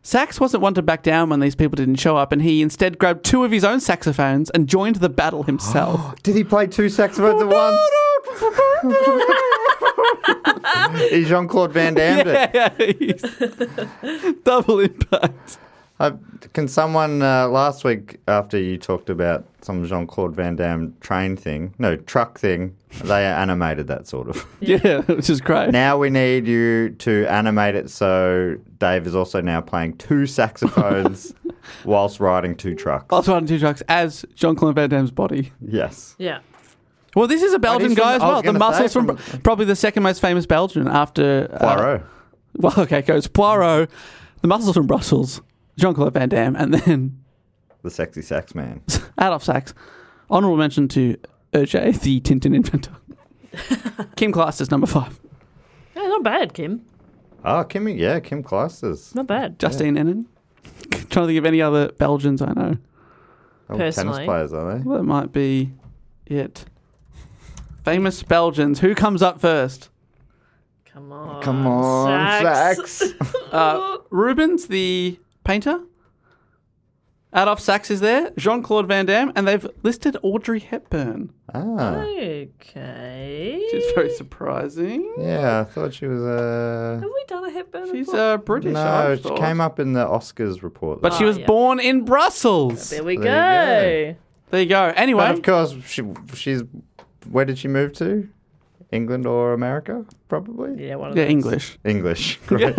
Sax wasn't one to back down when these people didn't show up, and he instead grabbed two of his own saxophones and joined the battle himself.
Did he play two saxophones at once? he Jean Claude Van Damme it.
Double impact.
I, can someone uh, last week after you talked about some Jean Claude Van Damme train thing, no truck thing, they animated that sort of.
Yeah, which is great.
now we need you to animate it so Dave is also now playing two saxophones whilst riding two trucks.
Also riding two trucks as John Claude Van Damme's body.
Yes.
Yeah.
Well, this is a Belgian
he's
guy
from-
as
I was
well. The
gonna say,
muscles from,
from-
probably the second most famous Belgian after uh,
Poirot.
well, okay, it goes Poirot, the muscles from Brussels, John Claude Van Damme, and then
the sexy sax man.
Adolf Sachs. Honorable mention to Hergé, the Tintin inventor. Kim Class is number five.
Yeah, not bad, Kim.
Oh, Kim, yeah, Kim Clijsters.
Not bad.
Justine Ennen. Trying to think of any other Belgians I know.
Oh, tennis
Personally.
players, are they?
Well, that might be it. Famous Belgians. Who comes up first?
Come on.
Come on,
Sax.
sax.
Uh, Rubens, the painter. Adolf Sachs is there. Jean Claude Van Damme, and they've listed Audrey Hepburn,
ah,
Okay.
which is very surprising.
yeah, I thought she was a.
Have we done a headband?
She's
before?
uh, British. I
No, she
thought.
came up in the Oscars report.
but she
Oh,
was
yeah.
born in Brussels.
There we
There
go.
There you go. Anyway,
But of course, she she's. Where did she move to? England or America? Probably
Yeah, one of
yeah,
those.
English.
English. Great.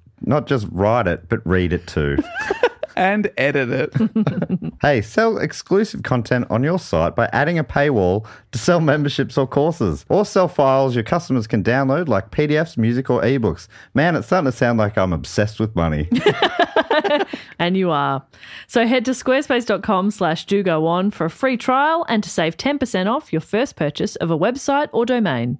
not just write it, but read it too.
And edit it.
hey, sell exclusive content on your site by adding a paywall to sell memberships or courses, or sell files your customers can download like PDFs, music, or ebooks. Man, it's starting to sound like I'm obsessed with money.
And you are. So head to squarespace.com slash do go on for a free trial and to save 10% off your first purchase of a website or domain.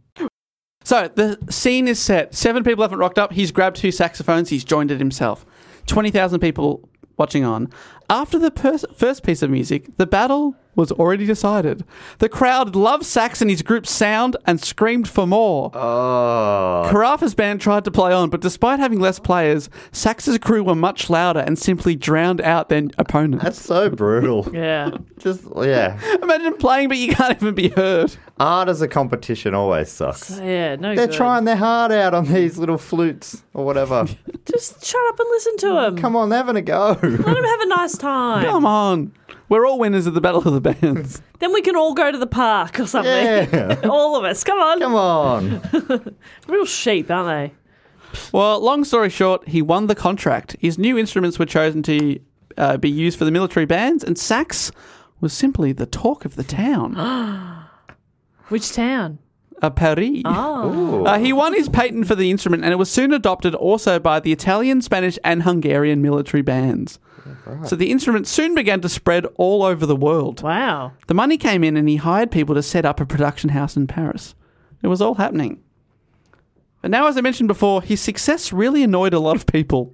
So the scene is set. Seven people haven't rocked up. He's grabbed two saxophones. He's joined it himself. 20,000 people watching on. After the pers- first piece of music, the battle was already decided. The crowd loved Sax and his group's sound and screamed for more.
Oh.
Carafa's band tried to play on, but despite having less players, Sax's crew were much louder and simply drowned out their opponents.
That's so brutal.
yeah.
Just yeah.
Imagine playing, but you can't even be heard.
Art as a competition always sucks.
Yeah, no
They're
good.
trying their heart out on these little flutes or whatever.
Just shut up and listen to him.
Come on, they're having a go.
Let him have a nice time.
Come on. We're all winners of the Battle of the Bands.
Then we can all go to the park or something.
Yeah.
all of us. Come on.
Come on.
Real sheep, aren't
Well, long story short, he won the contract. His new instruments were chosen to uh, be used for the military bands, and sax was simply the talk of the town.
Which town?
Uh, Paris.
Oh. Ooh.
Uh, he won his patent for the instrument, and it was soon adopted also by the Italian, Spanish, and Hungarian military bands. So the instrument soon began to spread all over the world.
Wow.
The money came in, and he hired people to set up a production house in Paris. It was all happening. But now, as I mentioned before, his success really annoyed a lot of people.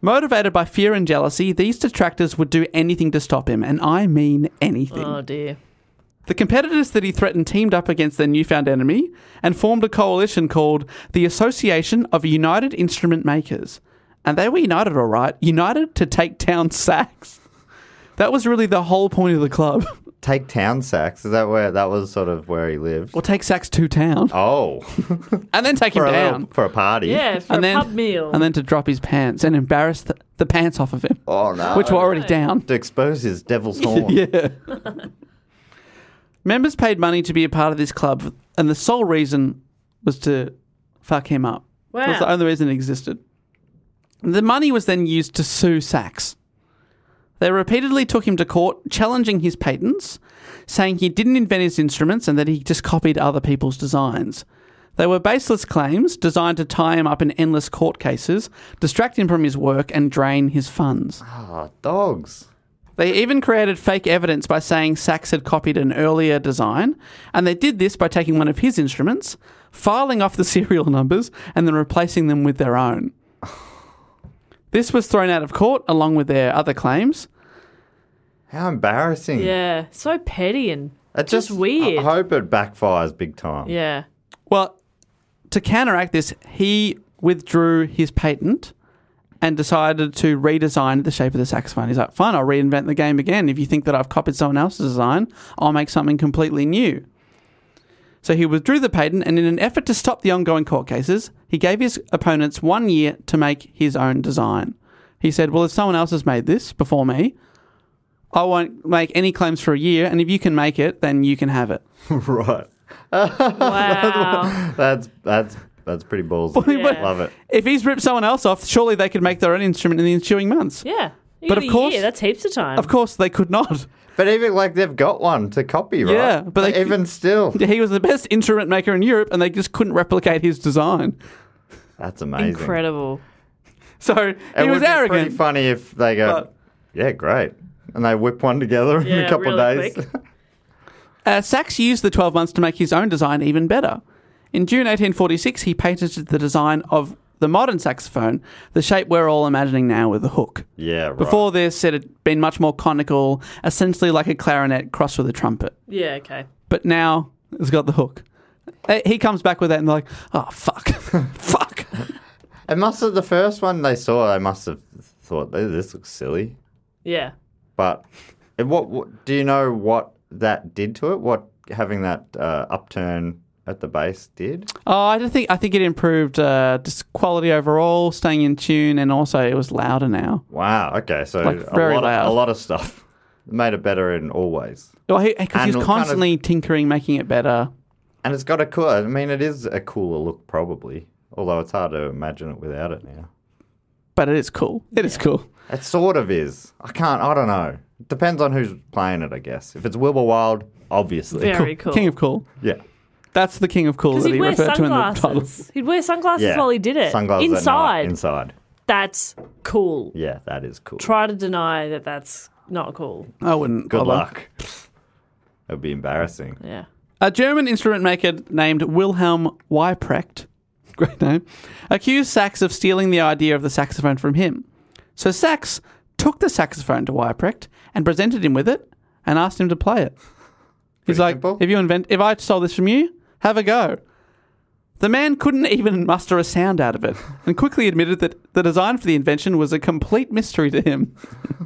Motivated by fear and jealousy, these detractors would do anything to stop him, and I mean anything.
Oh dear.
The competitors that he threatened teamed up against their newfound enemy and formed a coalition called the Association of United Instrument Makers. And they were united, all right, united to take down sax. That was really the whole point of the club.
Take town sax. Is that where that was sort of where he lived?
Or take sax to town.
Oh.
and then take him
for a
down.
for a party.
Yeah, for a
and then,
pub meal.
And then to drop his pants and embarrass the, the pants off of him.
Oh no.
Which were already down.
To expose his devil's horn.
yeah. Members paid money to be a part of this club, and the sole reason was to fuck him up.
Wow.
That's the only reason it existed. The money was then used to sue Sachs. They repeatedly took him to court, challenging his patents, saying he didn't invent his instruments and that he just copied other people's designs. They were baseless claims designed to tie him up in endless court cases, distract him from his work, and drain his funds.
Ah, dogs.
They even created fake evidence by saying Sachs had copied an earlier design, and they did this by taking one of his instruments, filing off the serial numbers, and then replacing them with their own. This was thrown out of court along with their other claims.
How embarrassing.
they? Yeah. So petty and
I
just,
just
weird.
I hope it backfires big time.
yeah.
Well, to counteract this, he withdrew his patent and decided to redesign the shape of the saxophone. He's like, fine, I'll reinvent the game again. If you think that I've copied someone else's design, I'll make something completely new. So he withdrew the patent, and in an effort to stop the ongoing court cases, he gave his opponents one year to make his own design. He said, Well, if someone else has made this before me, I won't make any claims for a year, and if you can make it, then you can have it.
right.
Wow.
That's that's that's pretty ballsy.
Yeah.
Love it.
If he's ripped someone else off, surely they could make their own instrument in the ensuing months.
yeah. You
But
got
of
a
course-
year, that's heaps of time.
Of course, they could not.
But even like they've got one to copy, right?
Yeah, but
Like,
they-
even still,
He was the best instrument maker in Europe, and they just couldn't replicate his design.
that's amazing.
Incredible.
So
It
he
would
was
be pretty
arrogant.
funny if they go,
but-
yeah, great, and they whip one together in
Yeah,
a couple
really
of days.
Uh, Sachs used the 12 months to make his own design even better. In June 1846, he patented the design of the modern saxophone, the shape we're all imagining now with the hook.
yeah, right.
Before this, it had been much more conical, essentially like a clarinet crossed with a trumpet.
Yeah, okay.
but now it's got the hook. Eh, He comes back with that and they're like, oh, fuck. fuck.
it must have the first one they saw. They must have thought "Eh, this looks silly.
Yeah.
But and what, what do you know? What that did to it? What having that uh, upturn at the base did?
Oh, I don't think, I think it improved uh, just quality overall, staying in tune, and also it was louder now.
Wow. Okay. So
Like,
a,
very
lot
loud.
Of, a lot of stuff made it better in all ways,
Well, Oh, he,
And
'cause he
kind
was
of-
constantly tinkering, making it better.
and it's got a cool. I mean, it is a cooler look probably, although it's hard to imagine it without it now.
But it is cool. It is cool.
It sort of is. I can't. I don't know. It depends on who's playing it, I guess. If it's Wilbur Wild, obviously.
Very cool.
King of cool.
Yeah.
That's the king of cool
Because
that
he'd
he
wear
referred to in the title.
sunglasses. He'd wear sunglasses
yeah.
while he did it.
Sunglasses at night,
Inside.
inside.
That's cool.
Yeah, that is cool.
Try to deny that that's not cool.
I wouldn't.
Good
bother.
luck. It would be embarrassing.
Yeah.
A German instrument maker named Wilhelm Weiprecht, great name, accused Sachs of stealing the idea of the saxophone from him. So Sachs took the saxophone to Weiprecht and presented him with it, and asked him to play it. He's like, if you invent, if I stole this from you, have a go. The man couldn't even muster a sound out of it, and quickly admitted that the design for the invention was a complete mystery to him.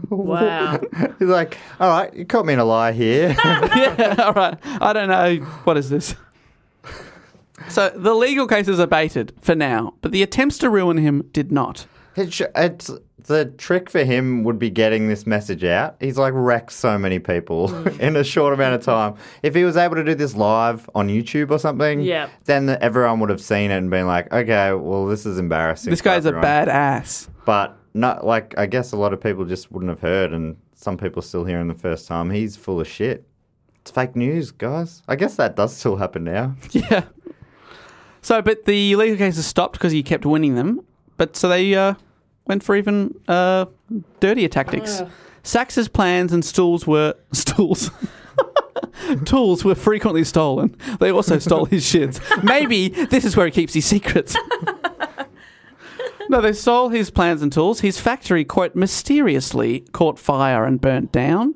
Wow.
He's like, all right, you caught me in a lie here.
yeah, all right. I don't know. What is this? So the legal case is abated for now, but the attempts to ruin him did not.
It's, it's the trick for him would be getting this message out. He's like wrecked so many people in a short amount of time. If he was able to do this live on YouTube or something,
Yeah.
then everyone would have seen it and been like, okay, well, this is embarrassing.
This
for
guy's a
everyone.
badass.
But not like I guess a lot of people just wouldn't have heard, and some people are still hearing the first time. He's full of shit. It's fake news, guys. I guess that does still happen now.
So, but the legal cases stopped because he kept winning them. But so they uh, went for even uh, dirtier tactics.
Ugh.
Sax's plans and stools were stools. Tools were frequently stolen. They also stole his shits. Maybe this is where he keeps his secrets. no, they stole his plans and tools. His factory, quote, mysteriously caught fire and burnt down.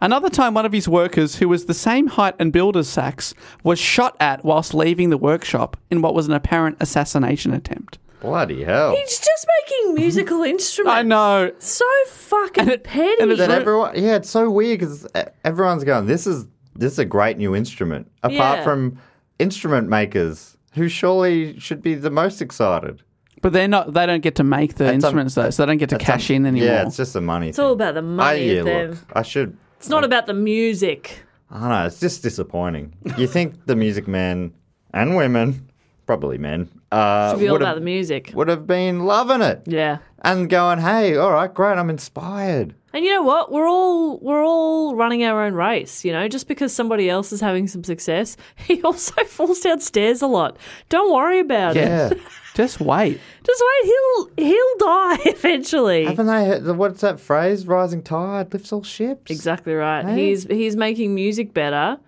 Another time, one of his workers, who was the same height and build as Sachs, was shot at whilst leaving the workshop in what was an apparent assassination attempt.
Bloody hell.
He's just making musical instruments.
I know.
So fucking petty.
And then everyone, yeah, it's so weird because everyone's going, "This is this is a great new instrument." Apart
Yeah.
from instrument makers, who surely should be the most excited.
But they're not. They don't get to make the instruments though, so they don't get to cash in anymore.
Yeah, it's just the money.
It's all about the money.
I, yeah,
of them.
look, I should.
It's not about the music.
I don't know. It's just disappointing. You think the music men and women, probably men, uh,
Should be all
would
about the
have-
music.
would have been loving it
Yeah.
and going, "Hey, all right, great, I'm inspired."
And you know what? We're all we're all running our own race, you know. Just because somebody else is having some success, he also falls downstairs a lot. Don't worry about it.
just wait.
Just wait, he'll he'll die eventually.
Haven't they? Heard, what's that phrase? Rising tide lifts all ships.
Exactly right.
Hey?
He's he's making music better.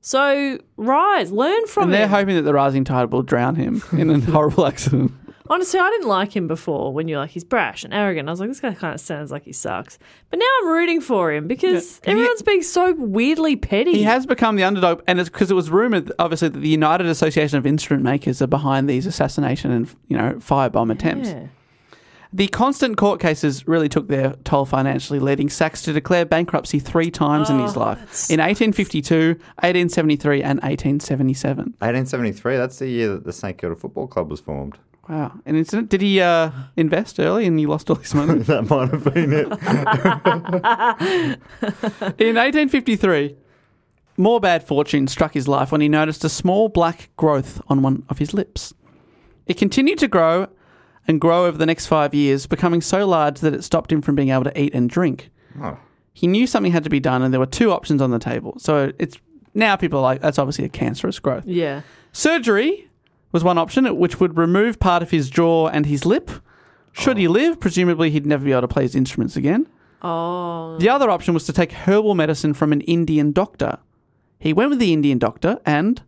So rise, learn from
and they're
him.
hoping that the rising tide will drown him in a horrible accident.
Honestly, I didn't like him before when you're like he's brash and arrogant. I was like, this guy kind of sounds like he sucks. But now I'm rooting for him because everyone's being so weirdly petty.
He has become the underdog, and it's because it was rumored, obviously, that the United Association of Instrument Makers are behind these assassination and you know firebomb attempts.
Yeah.
The constant court cases really took their toll financially, leading Sachs to declare bankruptcy three times in his
Oh,
life in 1852, 1873, and 1877.
1873. That's the year that the St Kilda Football Club was formed.
Wow, an incident. Did he uh, invest early and he lost all his money?
that might have been it.
In 1853, more bad fortune struck his life when he noticed a small black growth on one of his lips. It continued to grow and grow over the next five years, becoming so large that it stopped him from being able to eat and drink.
Oh.
He knew something had to be done, and there were two options on the table. So it's now people are like, that's obviously a cancerous growth.
Yeah.
Surgery was one option, which would remove part of his jaw and his lip. Should he live, presumably he'd never be able to play his instruments again.
Oh.
The other option was to take herbal medicine from an Indian doctor. He went with the Indian doctor and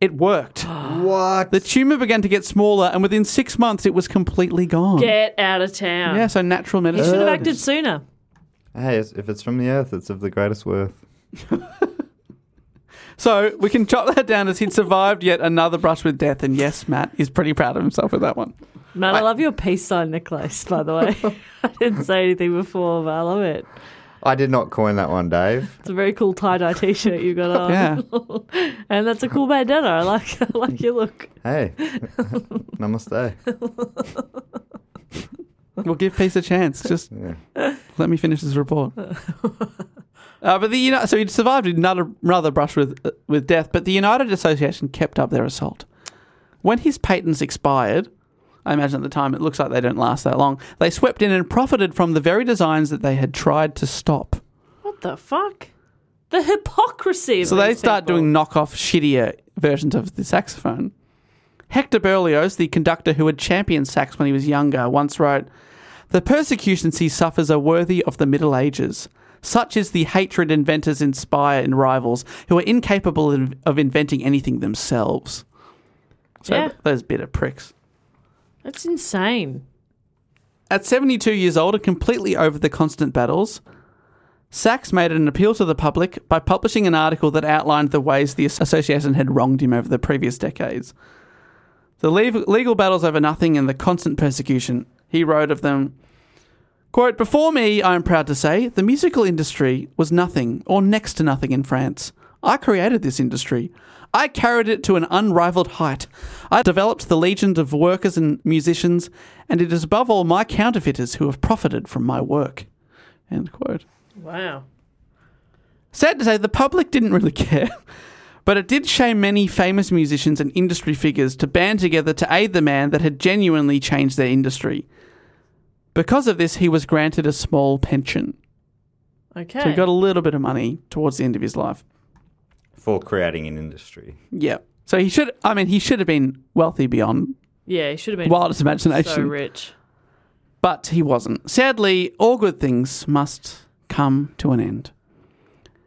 it worked.
what?
The tumor began to get smaller and within six months it was completely gone.
Get out of town.
Yeah, so natural
He
medicine.
should have acted sooner.
Hey, it's- if it's from the earth, it's of the greatest worth.
So we can chop that down as he'd survived yet another brush with death. And yes, Matt is pretty proud of himself with that one.
Matt, I love your peace sign necklace, by the way. I didn't say anything before, but I love it.
I did not coin that one, Dave.
It's a very cool tie dye t shirt you've got on. Yeah. and that's a cool bandana. I like I like your look.
Hey, namaste.
We'll give peace a chance. Just let me finish this report. Uh, but the Uni- so he survived another rather brush with uh, with death. But the United Association kept up their assault. When his patents expired, I imagine at the time it looks like they don't last that long. They swept in and profited from the very designs that they had tried to stop.
What the fuck? The hypocrisy. Of
So they
these
start
people.
doing knockoff, shittier versions of the saxophone. Hector Berlioz, the conductor who had championed sax when he was younger, once wrote, The persecutions he suffers are worthy of the Middle Ages. Such is the hatred inventors inspire in rivals who are incapable of- of inventing anything themselves. So
Yeah.
th- those bitter pricks.
That's insane.
At 72 years old and completely over the constant battles, Sachs made an appeal to the public by publishing an article that outlined the ways the association had wronged him over the previous decades. The lev- legal battles over nothing and the constant persecution, he wrote of them. Quote, Before me, I am proud to say, the musical industry was nothing or next to nothing in France. I created this industry. I carried it to an unrivaled height. I developed the legions of workers and musicians, and it is above all my counterfeiters who have profited from my work. End quote.
Wow.
Sad to say, the public didn't really care, but it did shame many famous musicians and industry figures to band together to aid the man that had genuinely changed their industry. Because of this, he was granted a small pension.
Okay.
So he got a little bit of money towards the end of his life.
for creating an industry.
Yeah. So he should, I mean, he should have been wealthy beyond
yeah, he should have been
wildest imagination.
So rich.
But he wasn't. Sadly, all good things must come to an end.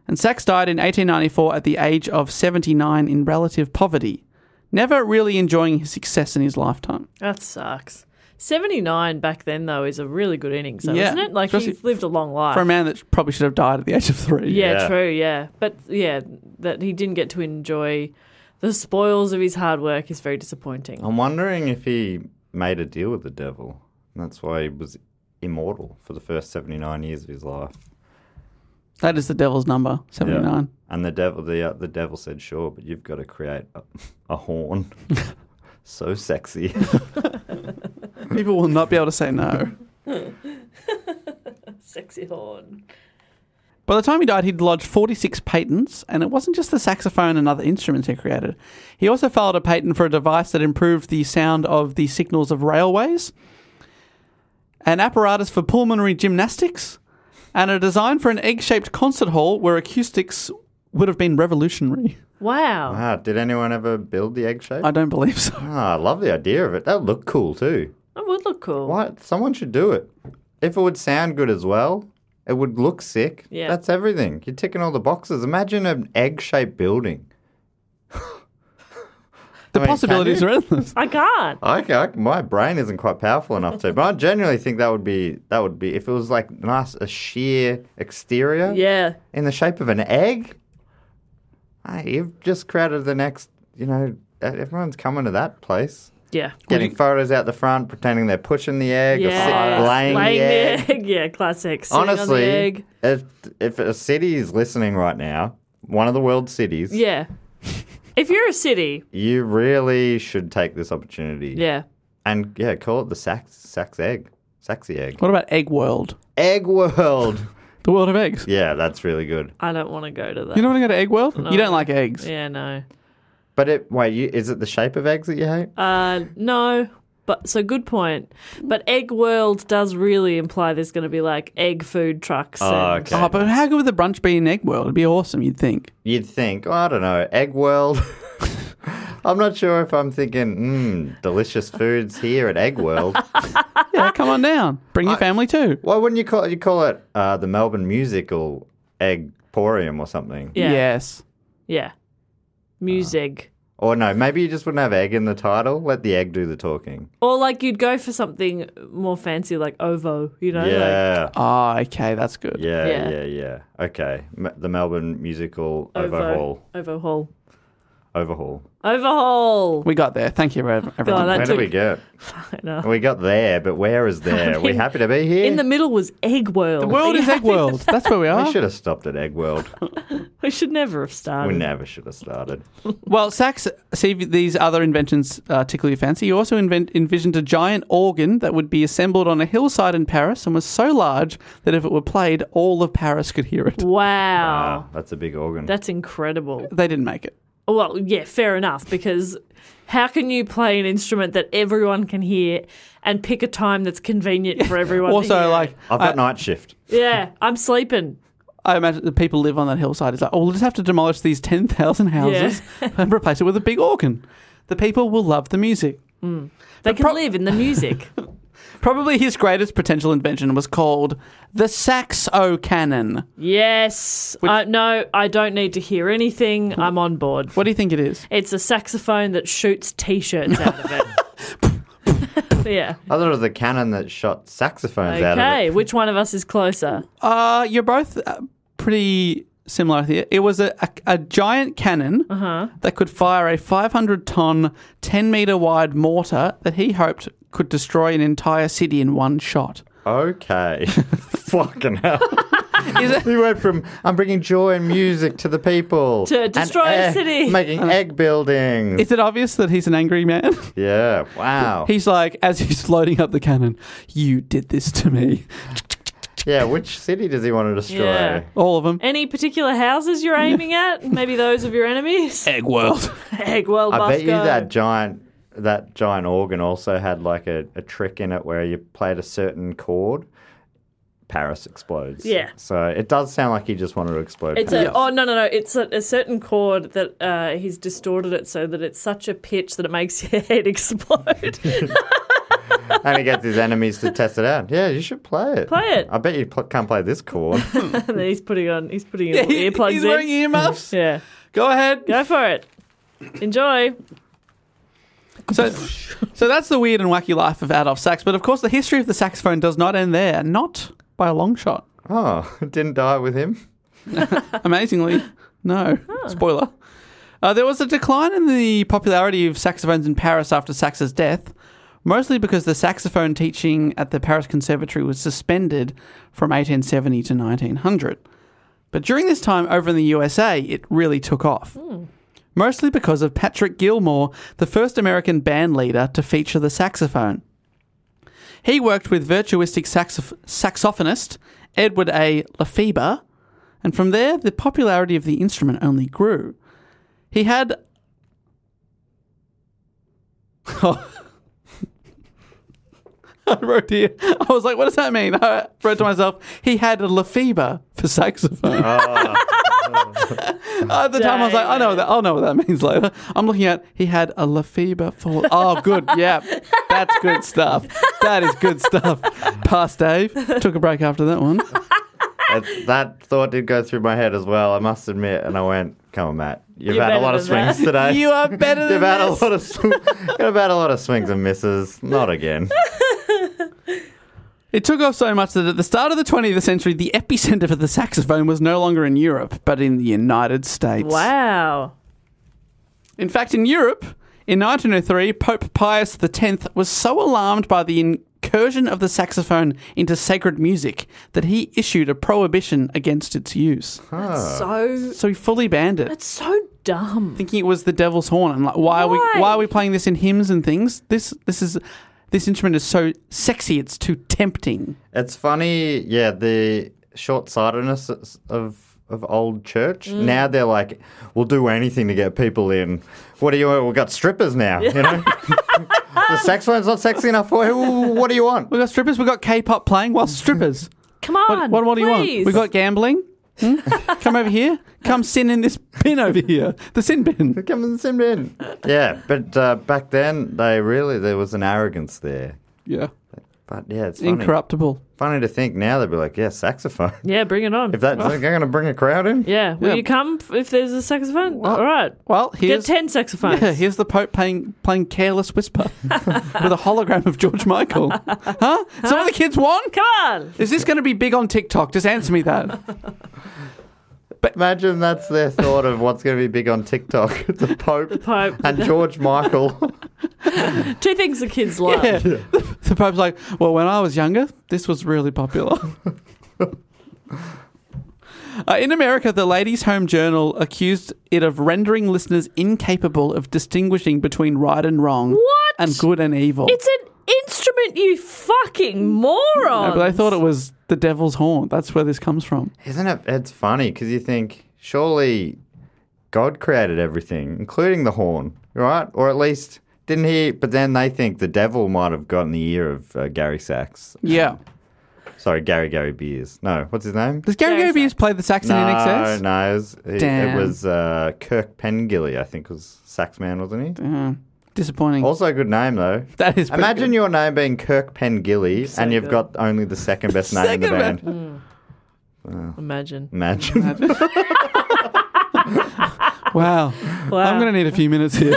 And Sachs died in 1894 at the age of 79 in relative poverty, never really enjoying his success in his lifetime.
That sucks. 79 back then, though, is a really good innings, though,
Yeah.
isn't it? Like,
Especially
he's lived a long life.
For a man that probably should have died at the age of three.
Yeah, true, yeah. But yeah, that he didn't get to enjoy the spoils of his hard work is very
Oh.
disappointing.
I'm wondering if he made a deal with the devil. And that's why he was immortal for the first 79 years of his life.
That is the devil's number, 79.
And the devil, the, uh, the devil said, sure, but you've got to create a, a horn. so sexy.
People will not be able to say no.
Sexy horn.
By the time he died, he'd lodged 46 patents, and it wasn't just the saxophone and other instruments he created. He also filed a patent for a device that improved the sound of the signals of railways, an apparatus for pulmonary gymnastics, and a design for an egg shaped concert hall where acoustics would have been revolutionary.
Wow.
wow, Ah, did anyone ever build the egg shape?
I don't believe so.
Ah, I love the idea of it. That would look cool too.
That would look cool.
What? Someone should do it. If it would sound good as well, it would look sick.
Yeah.
That's everything. You're ticking all the boxes. Imagine an egg shaped building.
The
mean, can
possibilities
you?
are endless.
I can't.
I, I, my brain isn't quite powerful enough to, but I genuinely think that would be that would be if it was like nice a sheer exterior
Yeah.
in the shape of an egg. Hey, you've just created the next. You know, e, everyone's coming to that place.
Yeah.
Getting photos out the front, pretending they're pushing the egg, or
Yeah.
sit, laying, the egg.
Yeah, classic. Sitting on the
Honestly,
egg.
if if a city is listening right now, one of the world cities,
Yeah. if you're a city,
you really should take this opportunity.
yeah.
And yeah, call it the Sax Sax Egg, Saxy Egg,
What about Egg World?
Egg World.
The world of eggs.
yeah, that's really good.
I don't want to go to that.
You don't want to go to Egg World? You don't like eggs.
Yeah, no.
But it wait, you, is it the shape of eggs that you hate?
Uh, no. But so good point. But Egg World does really imply there's going to be like egg food trucks.
Oh,
and-
okay.
Oh, but how good would the brunch be in Egg World? It'd be awesome, you'd think.
You'd think, oh, I don't know, Egg World. I'm not sure if I'm thinking, mmm, delicious foods here at Egg World.
Yeah, come on down. Bring your family too.
Why wouldn't you call it? You call it uh, the Melbourne Musical Eggporium or something.
Yeah.
Yes.
Yeah. Music.
Or no, maybe you just wouldn't have egg in the title. Let the egg do the talking.
Or like you'd go for something more fancy like ovo, you know? Like, uh,
yeah.
Oh, okay, that's good.
yeah,
Yeah.
yeah, yeah, Okay, M- the Melbourne Musical Overhaul.
Ovo hall.
Overhaul.
Ovo hall.
We got there. Thank you, ev- everyone.
God, that
Where did
took,
we get?
know.
We got there, but where is there? We're happy to be here.
In the middle was Egg World.
the world is Egg World. That's where we
we
are.
should have stopped at Egg World.
we should never have started.
we never should have started.
Well, Sachs, see if these other inventions uh, tickle your fancy. He also invent- envisioned a giant organ that would be assembled on a hillside in Paris and was so large that if it were played, all of Paris could hear it.
Wow.
Ah, that's a big organ.
oh. That's incredible.
They didn't make it.
Well, yeah, fair enough, because how can you play an instrument that everyone can hear and pick a time that's convenient for everyone? to hear
Also,
it?
like,
I've
I,
got night shift.
yeah, I'm sleeping.
I imagine the people live on that hillside. It's like, oh, we'll just have to demolish these 10,000 houses and replace it with a big organ. The people will love the music.
They can
pro-
live in the music.
Probably his greatest potential invention was called the Saxo Cannon.
yes. I, no, I don't need to hear anything. I'm on board.
What do you think it is?
It's a saxophone that shoots t-shirts out of it. yeah.
I thought it was a cannon that shot saxophones out of it.
Okay, which one of us is closer?
Uh, you're both uh, pretty similar. I think. It was a, a, a giant cannon
Uh-huh.
that could fire a 500 ton, 10 meter wide mortar that he hoped could destroy an entire city in one shot.
Okay. Fucking hell. we went from I'm bringing joy and music to the people
To
and
destroy a
egg-
city.
making egg buildings.
Is it obvious that he's an angry man?
yeah. Wow.
He's like, as he's loading up the cannon, you did this to me.
yeah. Which city does he want to destroy?
Yeah.
All of them.
Any particular houses you're aiming at? Maybe those of your enemies?
Egg World.
Egg World
Eh, I
must
bet you
go.
that giant that giant organ also had like a, a trick in it where you played a certain chord, Paris explodes.
Yeah.
So it does sound like he just wanted to explode.
It's
Paris.
a, oh no no no! It's a, a certain chord that uh, he's distorted it so that it's such a pitch that it makes your head explode.
and he gets his enemies to test it out. Yeah, you should play it.
Play it.
I bet you pl- can't play this chord.
and then he's putting on he's putting
Yeah,
on
he-
earplugs.
he's
in.
wearing earmuffs.
yeah.
Go ahead.
Go for it. Enjoy.
So, so that's the weird and wacky life of Adolf Sax. But of course, the history of the saxophone does not end there, not by a long shot.
Oh, it didn't die with him.
Amazingly, no. Spoiler. Uh, there was a decline in the popularity of saxophones in Paris after Sax's death, mostly because the saxophone teaching at the Paris Conservatory was suspended from 1870 to 1900. But during this time over in the USA, it really took off. Mostly because of Patrick Gilmore, the first American band leader to feature the saxophone. He worked with virtuistic saxoph- saxophonist Edward A. Lefebvre, and from there, the popularity of the instrument only grew. He had. I wrote here. I was like, what does that mean? I wrote to myself, he had a Lefebvre for saxophone.
Ah.
At the time, I was like, I know what that. I'll know what that means later. I'm looking at. He had a Lefebvre for. Oh, good. Yeah, that's good stuff. That is good stuff. Pass, Dave. Took a break after that one.
That- that thought did go through my head as well, I must admit. And I went, come on, Matt. You've
You're
had a
better
lot of
than that.
swings today.
You are better than
You've had
this.
a lot of sw- you've had a lot of swings and misses. Not again.
It took off so much that at the start of the 20th century, the epicenter for the saxophone was no longer in Europe, but in the United States.
Wow.
In fact, in Europe, in 1903, Pope Pius X was so alarmed by the incursion of the saxophone into sacred music that he issued a prohibition against its use. Ah.
That's so
So he fully banned it.
that's so dumb.
thinking it was the devil's horn and like why are we
Why?
why are we playing this in hymns and things? This this is this instrument is so sexy, it's too tempting.
It's funny, yeah, the short sightedness of of old church.
Mm.
Now they're like, we'll do anything to get people in. What do you want? We've got strippers now, you know? the saxophone's not sexy enough for you. What do you want?
We've got strippers, we've got K-pop playing while strippers.
Come on.
What, what, what do you want?
please.
We've got gambling. Hmm? Come over here. Come sin in this bin over here. The sin bin.
Come and send in. Yeah, but uh, back then, they really, there was an arrogance there.
Yeah.
But yeah, it's funny.
Incorruptible.
Funny to think now they'd be like, yeah, saxophone.
Yeah, bring it on.
If that's they're going to bring a crowd in,
yeah, will
Yeah.
you come f- if there's a saxophone? All right.
Well,
Get
here's,
ten saxophones.
yeah, here's the Pope playing, playing Careless Whisper with a hologram of George Michael. Huh? Some of the kids won?
Come on.
Is this going to be big on TikTok? Just answer me that.
imagine that's their thought of what's going to be big on TikTok. the Pope
Pope.
and George Michael.
Two things the kids love.
Yeah. The, the Pope's like, well, when I was younger, this was really popular. Uh, in America, the Ladies' Home Journal accused it of rendering listeners incapable of distinguishing between right and wrong
What?
and good and evil.
It's an instrument, you fucking moron.
No, but I thought it was the devil's horn. That's where this comes from.
Isn't it? It's funny because you think surely God created everything, including the horn, right? Or at least didn't he? But then they think the devil might have gotten the ear of uh, Gary Sachs.
Yeah.
Sorry, Gary Gary Beers. No, what's his name?
Does Gary Gobius play the sax in
No,
NXS?
no, it was, he- it
Damn.
was uh, Kirk Pengilly, I think was sax man, wasn't he?
Disappointing.
Also, a good name though.
that is pretty
Imagine
good.
your name being Kirk Pengilly, and you've got only the second best name in the
Second
band.
Imagine.
Imagine.
Wow. I'm going to need a few minutes here.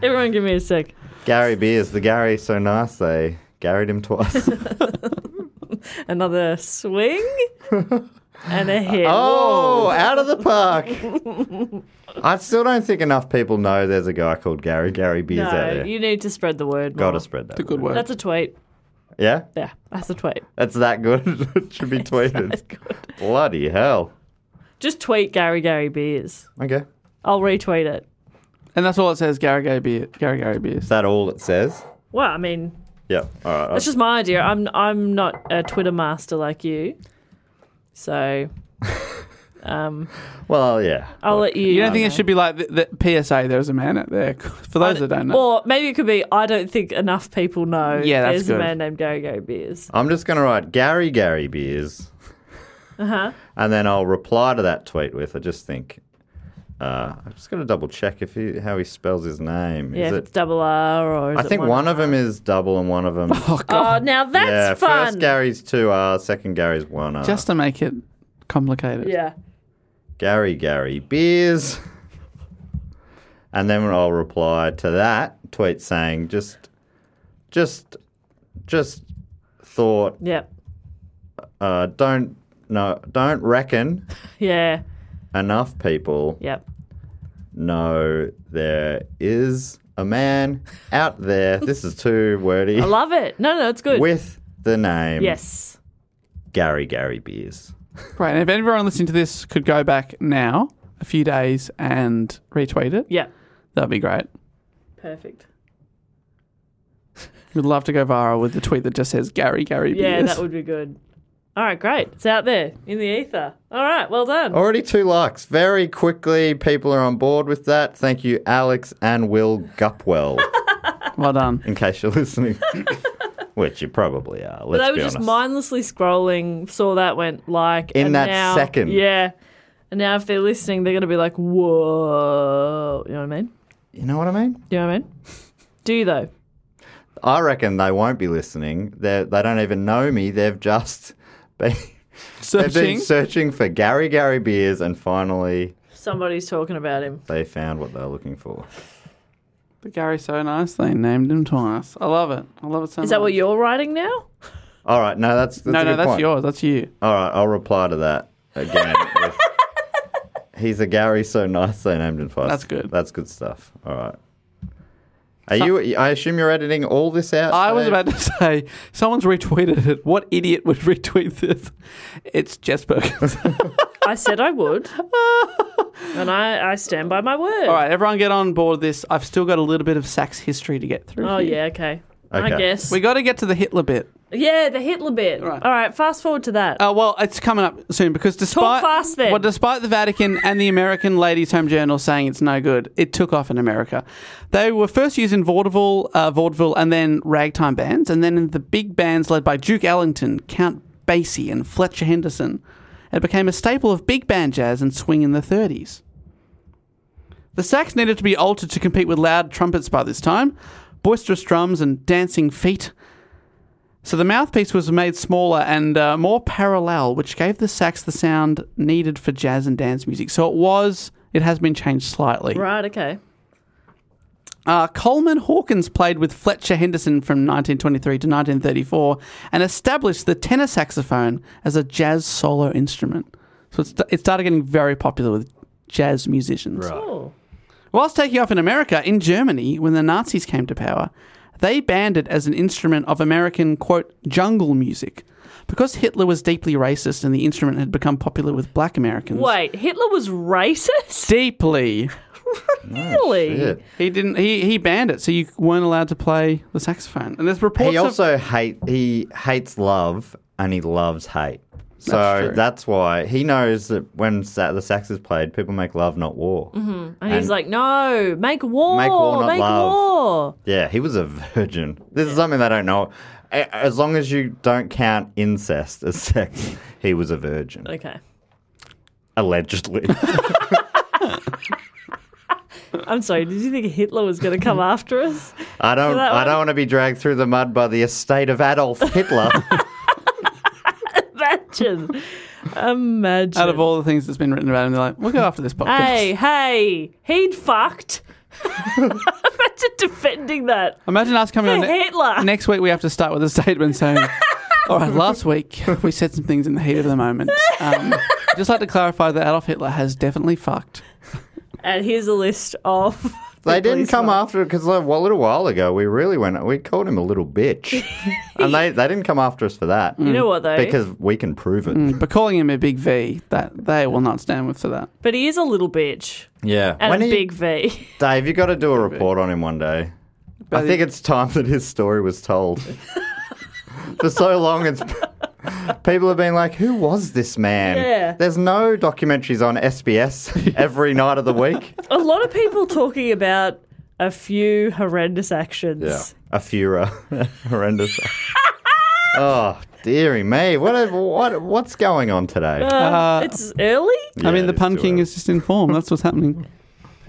Everyone, give me a sec.
Gary Beers, the Gary so nice they garried him twice.
Another swing and a hit.
Oh, out of the park. I still don't think enough people know there's a guy called Gary Gary Beers
no,
out there.
you need to spread the word.
Gotta
more.
spread that.
It's a good
word.
That's a tweet.
yeah,
Yeah, that's a tweet.
that's that good. it should be tweeted. Bloody hell.
Just tweet Gary Gary Beers.
Okay.
I'll retweet it.
And that's all it says, Gary Gary Beer. Gary Gary Beers. Is
that all it says?
Well, I mean,
Yeah. uh, All right.
that's just my idea. I'm I'm not a Twitter master like you, so um,
Well, yeah.
I'll let you.
You don't think it should be like the, the PSA? There's a man out there. For those that don't know,
Or maybe it could be I don't think enough people know.
Yeah, that's
there's
good.
a man named Gary Gary Beers.
I'm just going to write Gary Gary Beers
Uh huh.
and then I'll reply to that tweet with I just think uh, I'm just going to double check if he, how he spells his name.
Yeah,
is
if
it
it's double R or is
I
it
think one, of them is double and one of them Oh
Oh, now that's
yeah,
fun.
First Gary's 2R, second Gary's 1R.
just to make it complicated.
yeah.
Gary Gary Beers. And then I'll reply to that tweet saying just just just thought
Yep.
uh, don't no don't reckon
Yeah.
enough people
Yep.
know there is a man out there. this is too wordy.
I love it. No, no, it's good.
With the name
yes.
Gary Gary Beers.
Great. And if anyone listening to this could go back now, a few days, and retweet it,
yeah,
that'd be great.
Perfect.
We'd love to go viral with the tweet that just says Gary Gary
Yeah,
Beers.
that would be good. All right, great. It's out there in the ether. All right, well done.
Already two likes. Very quickly, people are on board with that. Thank you, Alex and Will Gupwell.
well done.
In case you're listening, which you probably are.
But
Let's
they were
be
just
honest.
mindlessly scrolling, saw that went like
In
and
that
now-
second.
Yeah. And now if they're listening, they're gonna be like, Whoa you know what I mean?
You know what I mean?
Do you know what I mean? Do you though?
I reckon they won't be listening. They're, they don't even know me. They've just been They've
Searching?
been searching for Gary Gary Beers, and finally
Somebody's talking about him.
they found what they're looking for.
But Gary's so nice, they named him twice. I love it. I love it so much.
Is that what you're writing now?
All right, no, that's, that's
No,
a
no,
good
that's
point.
yours. That's you.
All right, I'll reply to that again. with, He's a Gary, so nice they named him twice.
That's good.
That's good stuff. All right. Are you? I assume you're editing all this out.
I was
Dave?
about to say, someone's retweeted it. What idiot would retweet this? It's Jess Perkins.
I said I would. and I, I stand by my word.
All right, everyone get on board this. I've still got a little bit of sax history to get through.
Oh
here.
yeah, okay. I guess.
We got to get to the Hitler bit.
yeah, the Hitler bit. All right, fast forward to that.
Uh, well, it's coming up soon because despite
fast then.
well, despite the Vatican and the American Ladies' Home Journal saying it's no good, it took off in America. They were first used in vaudeville, uh, vaudeville, and then ragtime bands, and then in the big bands led by Duke Ellington, Count Basie, and Fletcher Henderson. It became a staple of big band jazz and swing in the 30s. The sax needed to be altered to compete with loud trumpets by this time, boisterous drums, and dancing feet. So the mouthpiece was made smaller and uh, more parallel, which gave the sax the sound needed for jazz and dance music. So it was, it has been changed slightly.
Right, okay.
Uh, Coleman Hawkins played with Fletcher Henderson from 1923 to 1934 and established the tenor saxophone as a jazz solo instrument. So it, st- it started getting very popular with jazz musicians.
Oh.
Whilst taking off in America, in Germany, when the Nazis came to power, they banned it as an instrument of American, quote, jungle music. Because Hitler was deeply racist and the instrument had become popular with black Americans.
Wait, Hitler was racist?
Deeply.
Really? shit.
He didn't he, he banned it, so you weren't allowed to play the saxophone. And there's reports
He
of-
also hate. He hates love and he loves hate. So
That's
that's,
true.
why he knows that when sa- the sax is played, people make love, not war.
Mm-hmm.
hmm And, he's
And-
like, no, make war,
Make
make
war,
war,
not love." Yeah, he was a virgin. This is something they don't know. A- As long as you don't count incest as sex, he was a virgin.
Okay,
Allegedly.
I'm sorry. Did you think Hitler was going to come after us?
I don't.
That
I
one-
don't want to be dragged through the mud by the estate of Adolf Hitler.
Imagine, imagine.
out of all the things that's been written about him, they're like, we'll go after this podcast.
hey, hey, he'd fucked. Imagine defending that.
Imagine us coming on
For
ne-
Hitler.
next week. We have to start with a statement saying, "All right, last week we said some things in the heat of the moment. Um, just like to clarify that Adolf Hitler has definitely fucked."
And here's a list of.
They didn't come after it because a little while ago we really went. We called him a little bitch, and they, they didn't come after us for that.
You know what, though?
Because we can prove it.
Mm, but calling him a big V, that they will not stand with for that.
But he is a little bitch.
Yeah.
And
When
a
are you-
big V.
Dave, you got to do a report on him one day. I think it's time that his story was told. For so long, it's people have been like, "Who was this man?"
Yeah.
There's no documentaries on SBS every night of the week.
A lot of people talking about a few horrendous actions.
Yeah, a furor, horrendous. oh, dearie me! What, what what's going on today?
Uh, it's early?
I mean, the pun king is just in form. That's what's happening.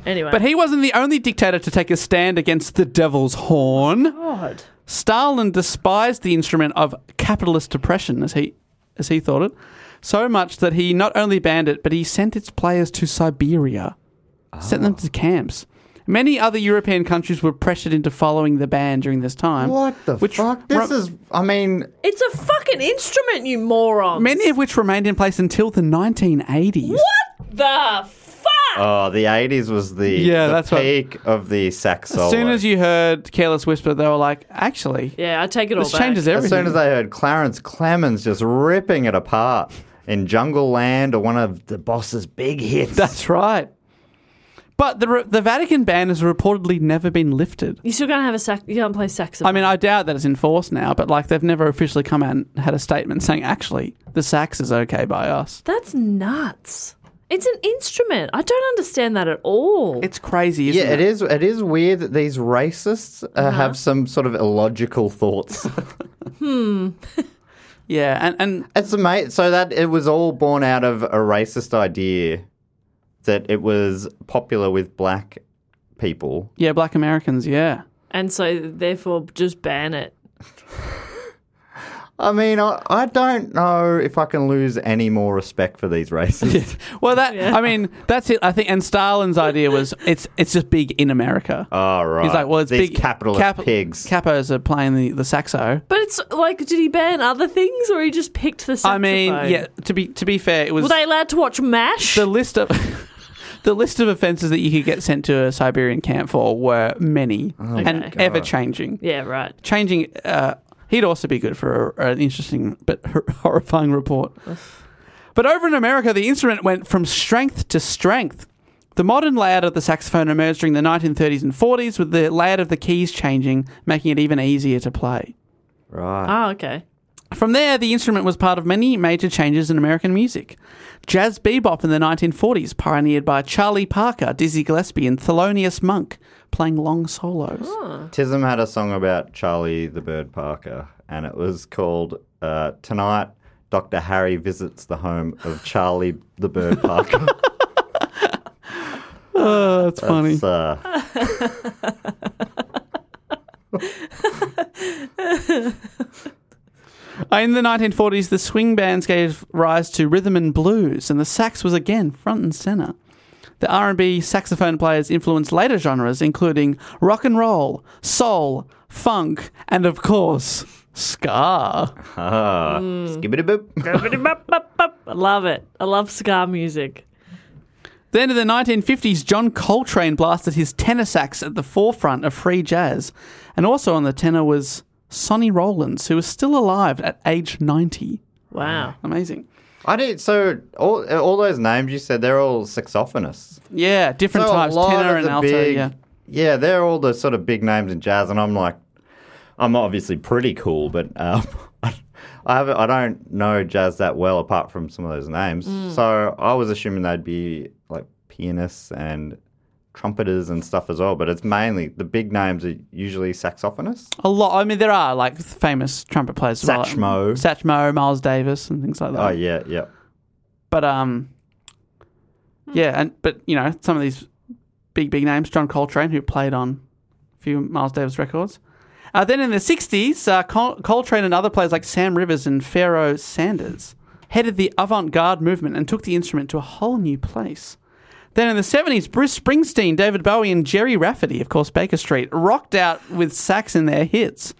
Anyway.
But he wasn't the only dictator to take a stand against the devil's horn.
God.
Stalin despised the instrument of capitalist oppression, as he as he thought it, so much that he not only banned it, but he sent its players to Siberia, sent them
Ah.
to camps. Many other European countries were pressured into following the ban during this time.
What the fuck? This
ru-
is, I mean,
It's a fucking instrument, you moron.
many of which remained in place until the 1980s.
What the fuck?
oh, the '80s was the
Yeah,
the
that's what-
peak of the sax solo.
As soon as you heard Careless Whisper, they were like, actually,
Yeah, I take it
This
all back.
changes everything.
As soon as they heard Clarence Clemens just ripping it apart in Jungle Land or one of the boss's big hits.
That's right. But the, the Vatican ban has reportedly never been lifted.
You still gonna have a sax? You can't play saxophone.
I mean, I doubt that it's in force now, but like they've never officially come out and had a statement saying, actually, the sax is okay by us.
that's nuts. It's an instrument. I don't understand that at all.
It's crazy, isn't
yeah,
it?
it is. It is weird that these racists uh,
Uh-huh.
have some sort of illogical thoughts.
Hmm.
Yeah, and, and
it's amazing. So that it was all born out of a racist idea that it was popular with black people.
Yeah, black Americans, yeah.
And so, therefore, just ban it.
I mean, I, I don't know if I can lose any more respect for these racists.
Well, that I mean, that's it. I think, and Stalin's idea was it's it's just big in America.
All Ah, right.
He's like, well, it's
these
big
capitalist pigs.
Capos are playing the, the saxo.
But it's like, did he ban other things, or he just picked the saxophone?
I mean, yeah. To be to be fair, it was
Were they allowed to watch Mash?
the list of the list of offences that you could get sent to a Siberian camp for were many
Oh
Okay.
and ever changing.
yeah, right.
Changing. Uh, he'd also be good for a, an interesting but hor- horrifying report. But over in America, the instrument went from strength to strength. The modern layout of the saxophone emerged during the 1930s and 40s, with the layout of the keys changing, making it even easier to play.
right.
Oh, okay.
From there, the instrument was part of many major changes in American music. Jazz bebop in the 1940s, pioneered by Charlie Parker, Dizzy Gillespie, and Thelonious Monk, playing long solos.
Tism had a song about Charlie the Bird Parker, and it was called uh, Tonight Dr. Harry Visits the Home of Charlie the Bird Parker.
Oh, that's funny.
It's, uh,
Uh, In the 1940s, the swing bands gave rise to rhythm and blues, and the sax was again front and center. The R&B saxophone players influenced later genres, including rock and roll, soul, funk, and of course, ska.
ah, skibbity boop.
I love it. I love ska music.
Then in the 1950s, John Coltrane blasted his tenor sax at the forefront of free jazz. And also on the tenor was Sonny Rollins, who is still alive at age 90.
Wow.
Amazing.
I did so. All, all those names you said, they're all saxophonists.
Yeah, different
So a
types,
lot
tenor
of
and
the
alto.
big-
Yeah.
yeah, they're all the sort of big names in jazz, and I'm like, I'm obviously pretty cool, but um, I haven't, I don't know jazz that well apart from some of those names.
Mm.
So I was assuming they'd be like pianists and trumpeters and stuff as well, but it's mainly the big names are usually saxophonists.
A lot. I mean, there are like famous trumpet players. as well, like
Satchmo.
Satchmo, Miles Davis, and things like that.
Oh yeah, yeah.
But um, yeah, and but you know some of these big big names, John Coltrane, who played on a few Miles Davis records. Uh, then in the '60s, uh, Col- Coltrane and other players like Sam Rivers and Pharaoh Sanders headed the avant-garde movement and took the instrument to a whole new place. Then in the 70s, Bruce Springsteen, David Bowie, and Jerry Rafferty, of course, Baker Street, rocked out with sax in their hits.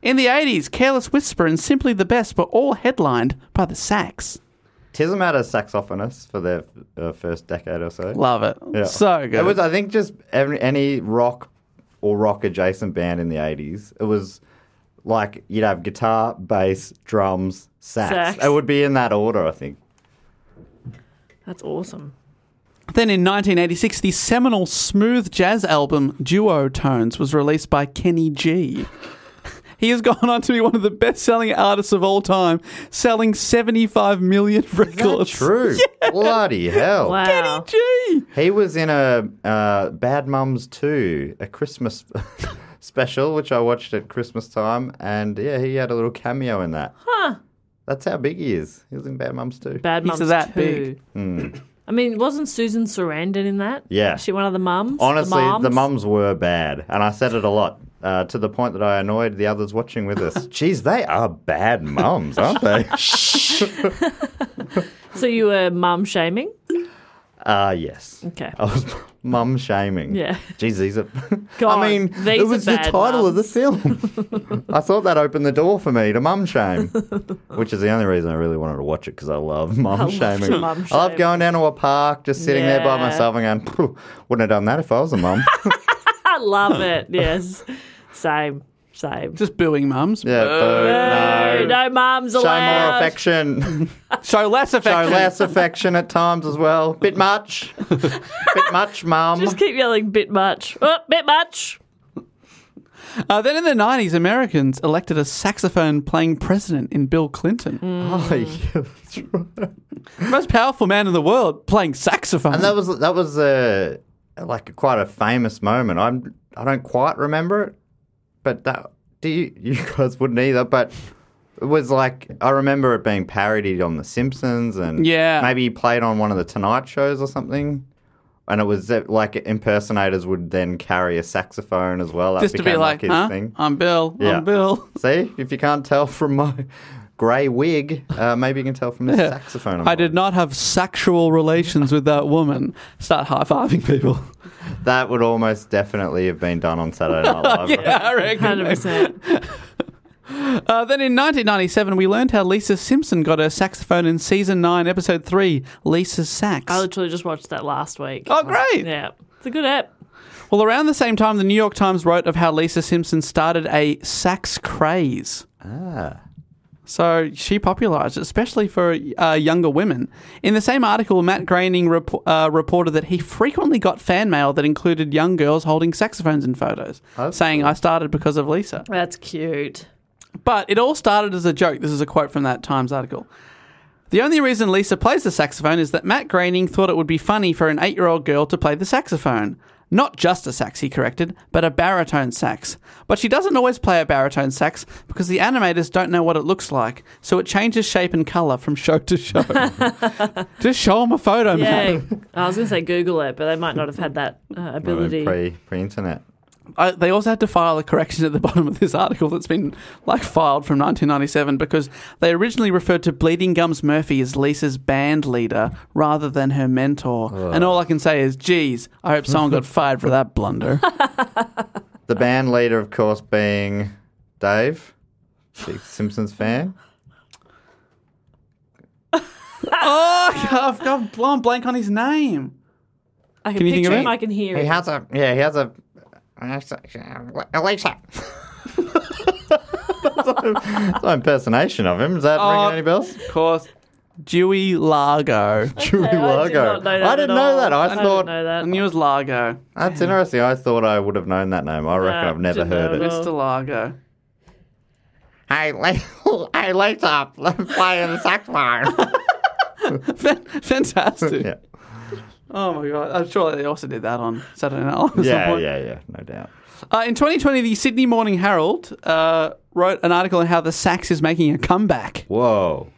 In the 80s, Careless Whisper and Simply the Best were all headlined by the sax.
Tism had a saxophonist for their uh, first decade or so.
Love it. So good.
It was, I think, just every, any rock or rock adjacent band in the 80s. It was like you'd have guitar, bass, drums, sax.
Sax.
It would be in that order, I think.
That's awesome.
Then in 1986, the seminal smooth jazz album Duo Tones was released by Kenny G. He has gone on to be one of the best selling artists of all time, selling 75 million records.
True. Bloody
Oh.
hell.
Wow.
Kenny G.
He was in a uh, Bad Mums 2, a Christmas special, which I watched at Christmas time. And yeah, he had a little cameo in that.
Huh.
That's how big he is. He was in Bad Mums 2.
Bad
He's
Mums 2.
that big.
Mm.
I mean, wasn't Susan Sarandon in that?
Yeah.
Was she one of the mums?
Honestly,
the,
the
mums?
mums were bad. And I said it a lot. Uh, to the point that I annoyed the others watching with us. Jeez, they are bad mums, aren't they?
So you were mum shaming?
Ah, yes.
Okay.
I was mum shaming.
Yeah.
Jeez, these are.
God,
I mean,
these
it
are
was the
bad
title of the film. I thought that opened the door for me to mum shame, which is the only reason I really wanted to watch it because I love
I
mum
love
shaming.
mum
I love going down to a park, just sitting there by
Yeah.
myself and going, "Phew, wouldn't have done that if I was a mum.
I love it. Yes. Same. Same.
Just booing mums.
yeah,
No,
boo, no.
no mums
Show more
allowed.
affection.
Show less
Show
affection.
less affection at times as well. Bit much. Bit much, mum.
Just keep yelling bit much. Oh, bit much.
Uh, then in the 90s, Americans elected a saxophone playing president in Bill Clinton.
Oh, yeah.
Most powerful man in the world playing saxophone.
And that was that was a like quite a famous moment. I'm I don't quite remember it, but that do you you guys wouldn't either. But it was like I remember it being parodied on The Simpsons and
Yeah.
maybe played on one of the Tonight shows or something. And it was that, like impersonators would then carry a saxophone as well. That
Just to
became
be like,
his
huh?
thing.
I'm Bill.
Yeah.
I'm Bill.
See, if you can't tell from my grey wig, uh, maybe you can tell from this
Yeah.
saxophone. I'm
I did not have sexual relations with that woman. Start high fiving people.
That would almost definitely have been done on Saturday Night Live.
yeah, I reckon.
100%.
Uh, then in 1997, we learned how Lisa Simpson got her saxophone in season nine, episode three, Lisa's Sax.
I literally just watched that last week.
Oh, great.
Yeah. It's a good app.
Well, around the same time, the New York Times wrote of how Lisa Simpson started a sax craze.
Ah.
So she popularized it, especially for uh, younger women. In the same article, Matt Groening rep- uh, reported that he frequently got fan mail that included young girls holding saxophones in photos, saying, I started because of Lisa.
That's cute.
But it all started as a joke. This is a quote from that Times article. The only reason Lisa plays the saxophone is that Matt Groening thought it would be funny for an eight year old girl to play the saxophone. Not just a sax, he corrected, but a baritone sax. But she doesn't always play a baritone sax because the animators don't know what it looks like, so it changes shape and colour from show to show. just show them a photo, man.
Yeah. I was going to say Google it, but they might not have had that uh, ability.
Pre pre internet.
I, they also had to file a correction at the bottom of this article that's been like filed from 1997 because they originally referred to Bleeding Gums Murphy as Lisa's band leader rather than her mentor. And all I can say is, geez, I hope someone got fired for that blunder.
The band leader, of course, being Dave, big Simpsons fan.
oh, I've gone blown blank on his name.
I can,
Can you think
picture
of
him.
it?
I can hear
He
him.
has a yeah. He has a. Alexa. That's my impersonation of him. Does that
Oh.
ring any bells?
Of course, Dewey Largo.
Chewy
I did
Largo.
not know that
I didn't
at
know
all.
that. I,
didn't
thought
know
I
that.
knew it was Largo.
that's interesting. I thought I would have known that name. I reckon
Nah,
I've never
didn't
heard
know
it.
at all.
Mr. Largo.
Hey, La- hey, Lisa, playing the saxophone.
Fan- Fantastic.
yeah,
Oh my God. I'm sure they also did that on Saturday Night Live at some
yeah,
point.
yeah, yeah. No doubt.
Uh, in 2020, the Sydney Morning Herald uh, wrote an article on how the sax is making a comeback.
Whoa.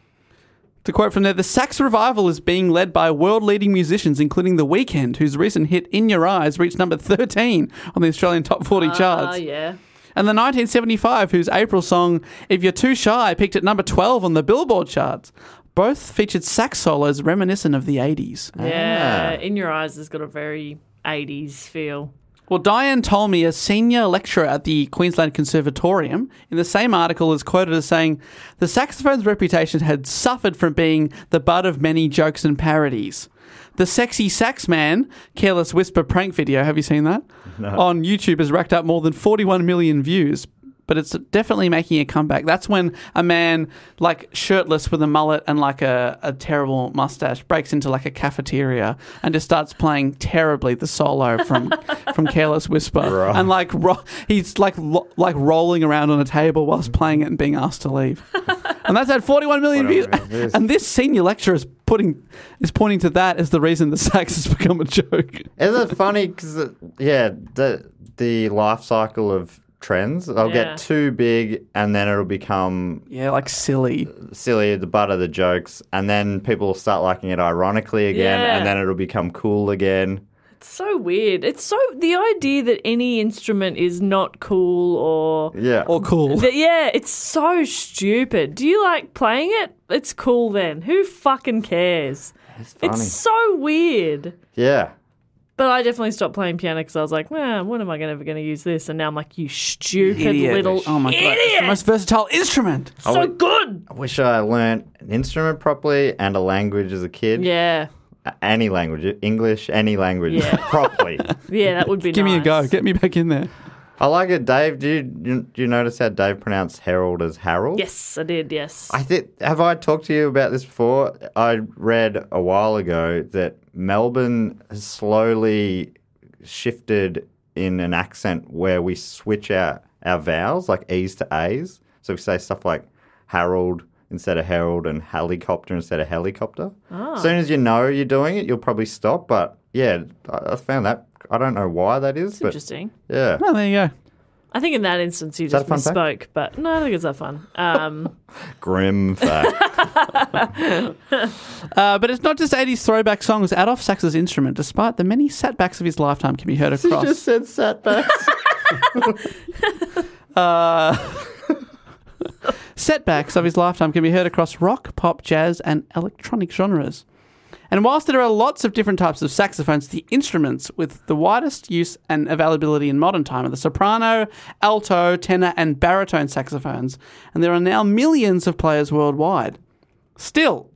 To quote from there, the sax revival is being led by world leading musicians, including The Weeknd, whose recent hit In Your Eyes reached number 13 on the Australian Top 40
Ah,
charts.
yeah.
And the 1975, whose April song If You're Too Shy picked at number 12 on the Billboard charts. Both featured sax solos reminiscent of the 80s.
Yeah, In Your Eyes has got a very 80s feel.
Well, Diane Tolmy, a senior lecturer at the Queensland Conservatorium, in the same article is quoted as saying, The saxophone's reputation had suffered from being the butt of many jokes and parodies. The sexy sax man, careless whisper prank video, have you seen that?
No.
On YouTube has racked up more than 41 million views, but it's definitely making a comeback. That's when a man, like shirtless with a mullet and like a, a terrible mustache, breaks into like a cafeteria and just starts playing terribly the solo from from Careless Whisper, and like ro- he's like lo- like rolling around on a table whilst playing it and being asked to leave. and that's had 41 million views. and this senior lecturer is putting is pointing to that as the reason the sax has become a joke.
Is it funny? Because yeah, the the life cycle of trends. They'll
Yeah.
get too big, and then it'll become
yeah, like silly,
silly, the butt of the jokes, and then people will start liking it ironically again,
Yeah.
and then it'll become cool again.
It's so weird. It's so the idea that any instrument is not cool or
Yeah,
or cool.
Th- yeah, it's so stupid. Do you like playing it? It's cool then. Who fucking cares? It's,
funny.
so weird.
Yeah,
But I definitely stopped playing piano because I was like, man, when am I gonna- ever going to use this? And now I'm like, you stupid
Idiot.
little
Oh my god, it's the most versatile instrument.
I
so
would-
good.
I wish I learnt an instrument properly and a language as a kid.
Yeah.
A- Any language, English, any language
Yeah.
properly.
Yeah, that would be
Give
nice.
me a go. Get me back in there.
I like it, Dave. Do you, you, do you notice how Dave pronounced Harold as Harold?
Yes, I did. Yes.
I think have I talked to you about this before? I read a while ago that Melbourne has slowly shifted in an accent where we switch our, our vowels, like E's to A's. So we say stuff like Harold instead of Herald and helicopter instead of helicopter.
Ah.
As soon as you know you're doing it, you'll probably stop. But yeah, I, I found that. I don't know why that is.
It's
but
interesting.
Yeah.
Oh, there you go.
I think in that instance you
Is that
just
a fun
misspoke, but no, I don't think it's that fun. Um,
Grim fact.
Uh, but it's not just 80s throwback songs. Adolf Sax's instrument, despite the many setbacks of his lifetime, can be heard across.
said setbacks.
uh, setbacks of his lifetime can be heard across rock, pop, jazz, and electronic genres. And whilst there are lots of different types of saxophones, the instruments with the widest use and availability in modern time are the soprano, alto, tenor, and baritone saxophones, and there are now millions of players worldwide. Still,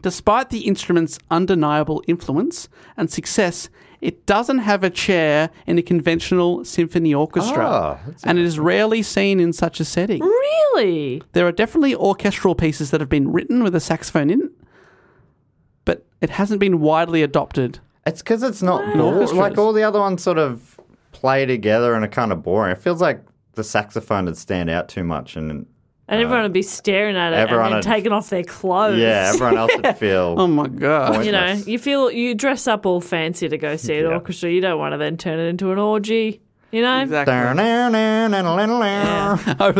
Despite the instrument's undeniable influence and success, it doesn't have a chair in a conventional symphony orchestra,
Ah,
and it is rarely seen in such a setting.
Really?
There are definitely orchestral pieces that have been written with a saxophone in, but it hasn't been widely adopted.
It's because it's not
in
Or-
orchestras.
Like all the other ones sort of play together and are kind of boring. It feels like the saxophone would stand out too much, and
and everyone would be staring at it
Uh, everyone
and then
would-
taking off their clothes.
yeah, everyone else would feel.
Oh my god!
You know, you feel you dress up all fancy to go see an orchestra. You don't want to then turn it into an orgy. You know,
Over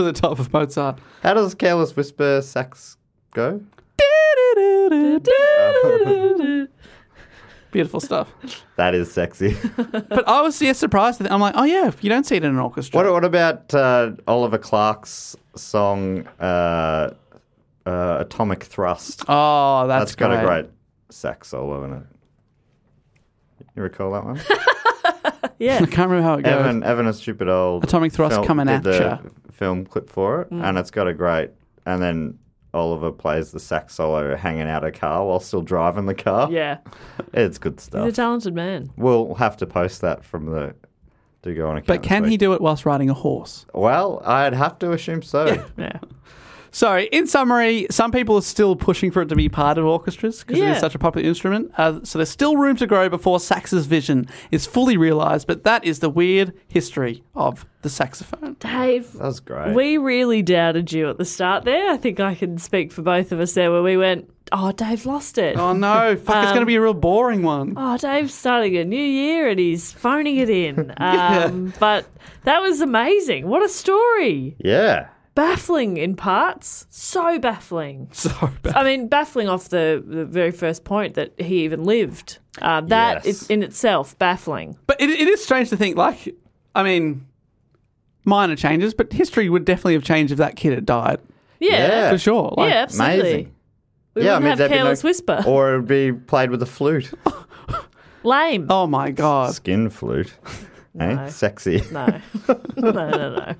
the top of Mozart.
How does Careless Whisper sax go?
Beautiful stuff.
That is sexy.
but I was yeah, surprised. That I'm like, oh yeah, you don't see it in an orchestra.
What, what about uh, Oliver Clark's song uh, uh, "Atomic Thrust"?
Oh, that's
that's got a
great.
great sax solo in it. You recall that one?
yeah.
I can't remember how it goes.
Evan, Evan, a stupid old
Atomic Thrust
film-
coming
did
at
the
ya.
Film clip for it,
Mm.
and it's got a great. And then Oliver plays the sax solo, hanging out a car while still driving the car.
Yeah.
it's good
he's a
stuff.
talented man.
we'll have to post that from the. Do go on account.
But can
this
he
week.
do it whilst riding a horse?
Well, I'd have to assume so.
yeah.
So, in summary, some people are still pushing for it to be part of orchestras because it
Yeah.
is such a popular instrument. Uh, so, there's still room to grow before sax's vision is fully realised. But that is the weird history of the saxophone.
Dave,
That was great.
we really doubted you at the start there. I think I can speak for both of us there, where we went, "Oh, Dave lost it."
Oh no! Fuck, it's
Um,
going to be a real boring one.
Oh, Dave's starting a new year and he's phoning it in. Um, But that was amazing. What a story.
yeah.
Baffling in parts. So baffling.
So
I mean, baffling off the, the very first point that he even lived. Um, that
Yes.
is in itself baffling.
But it, it is strange to think, like, I mean, minor changes, but history would definitely have changed if that kid had died.
Yeah.
for sure. Like,
yeah, absolutely. We wouldn't have
there'd be no-
Careless Whisper.
Or it would be played with a flute.
Lame.
Oh my god.
Skin flute.
No.
eh? Sexy.
No. no, no,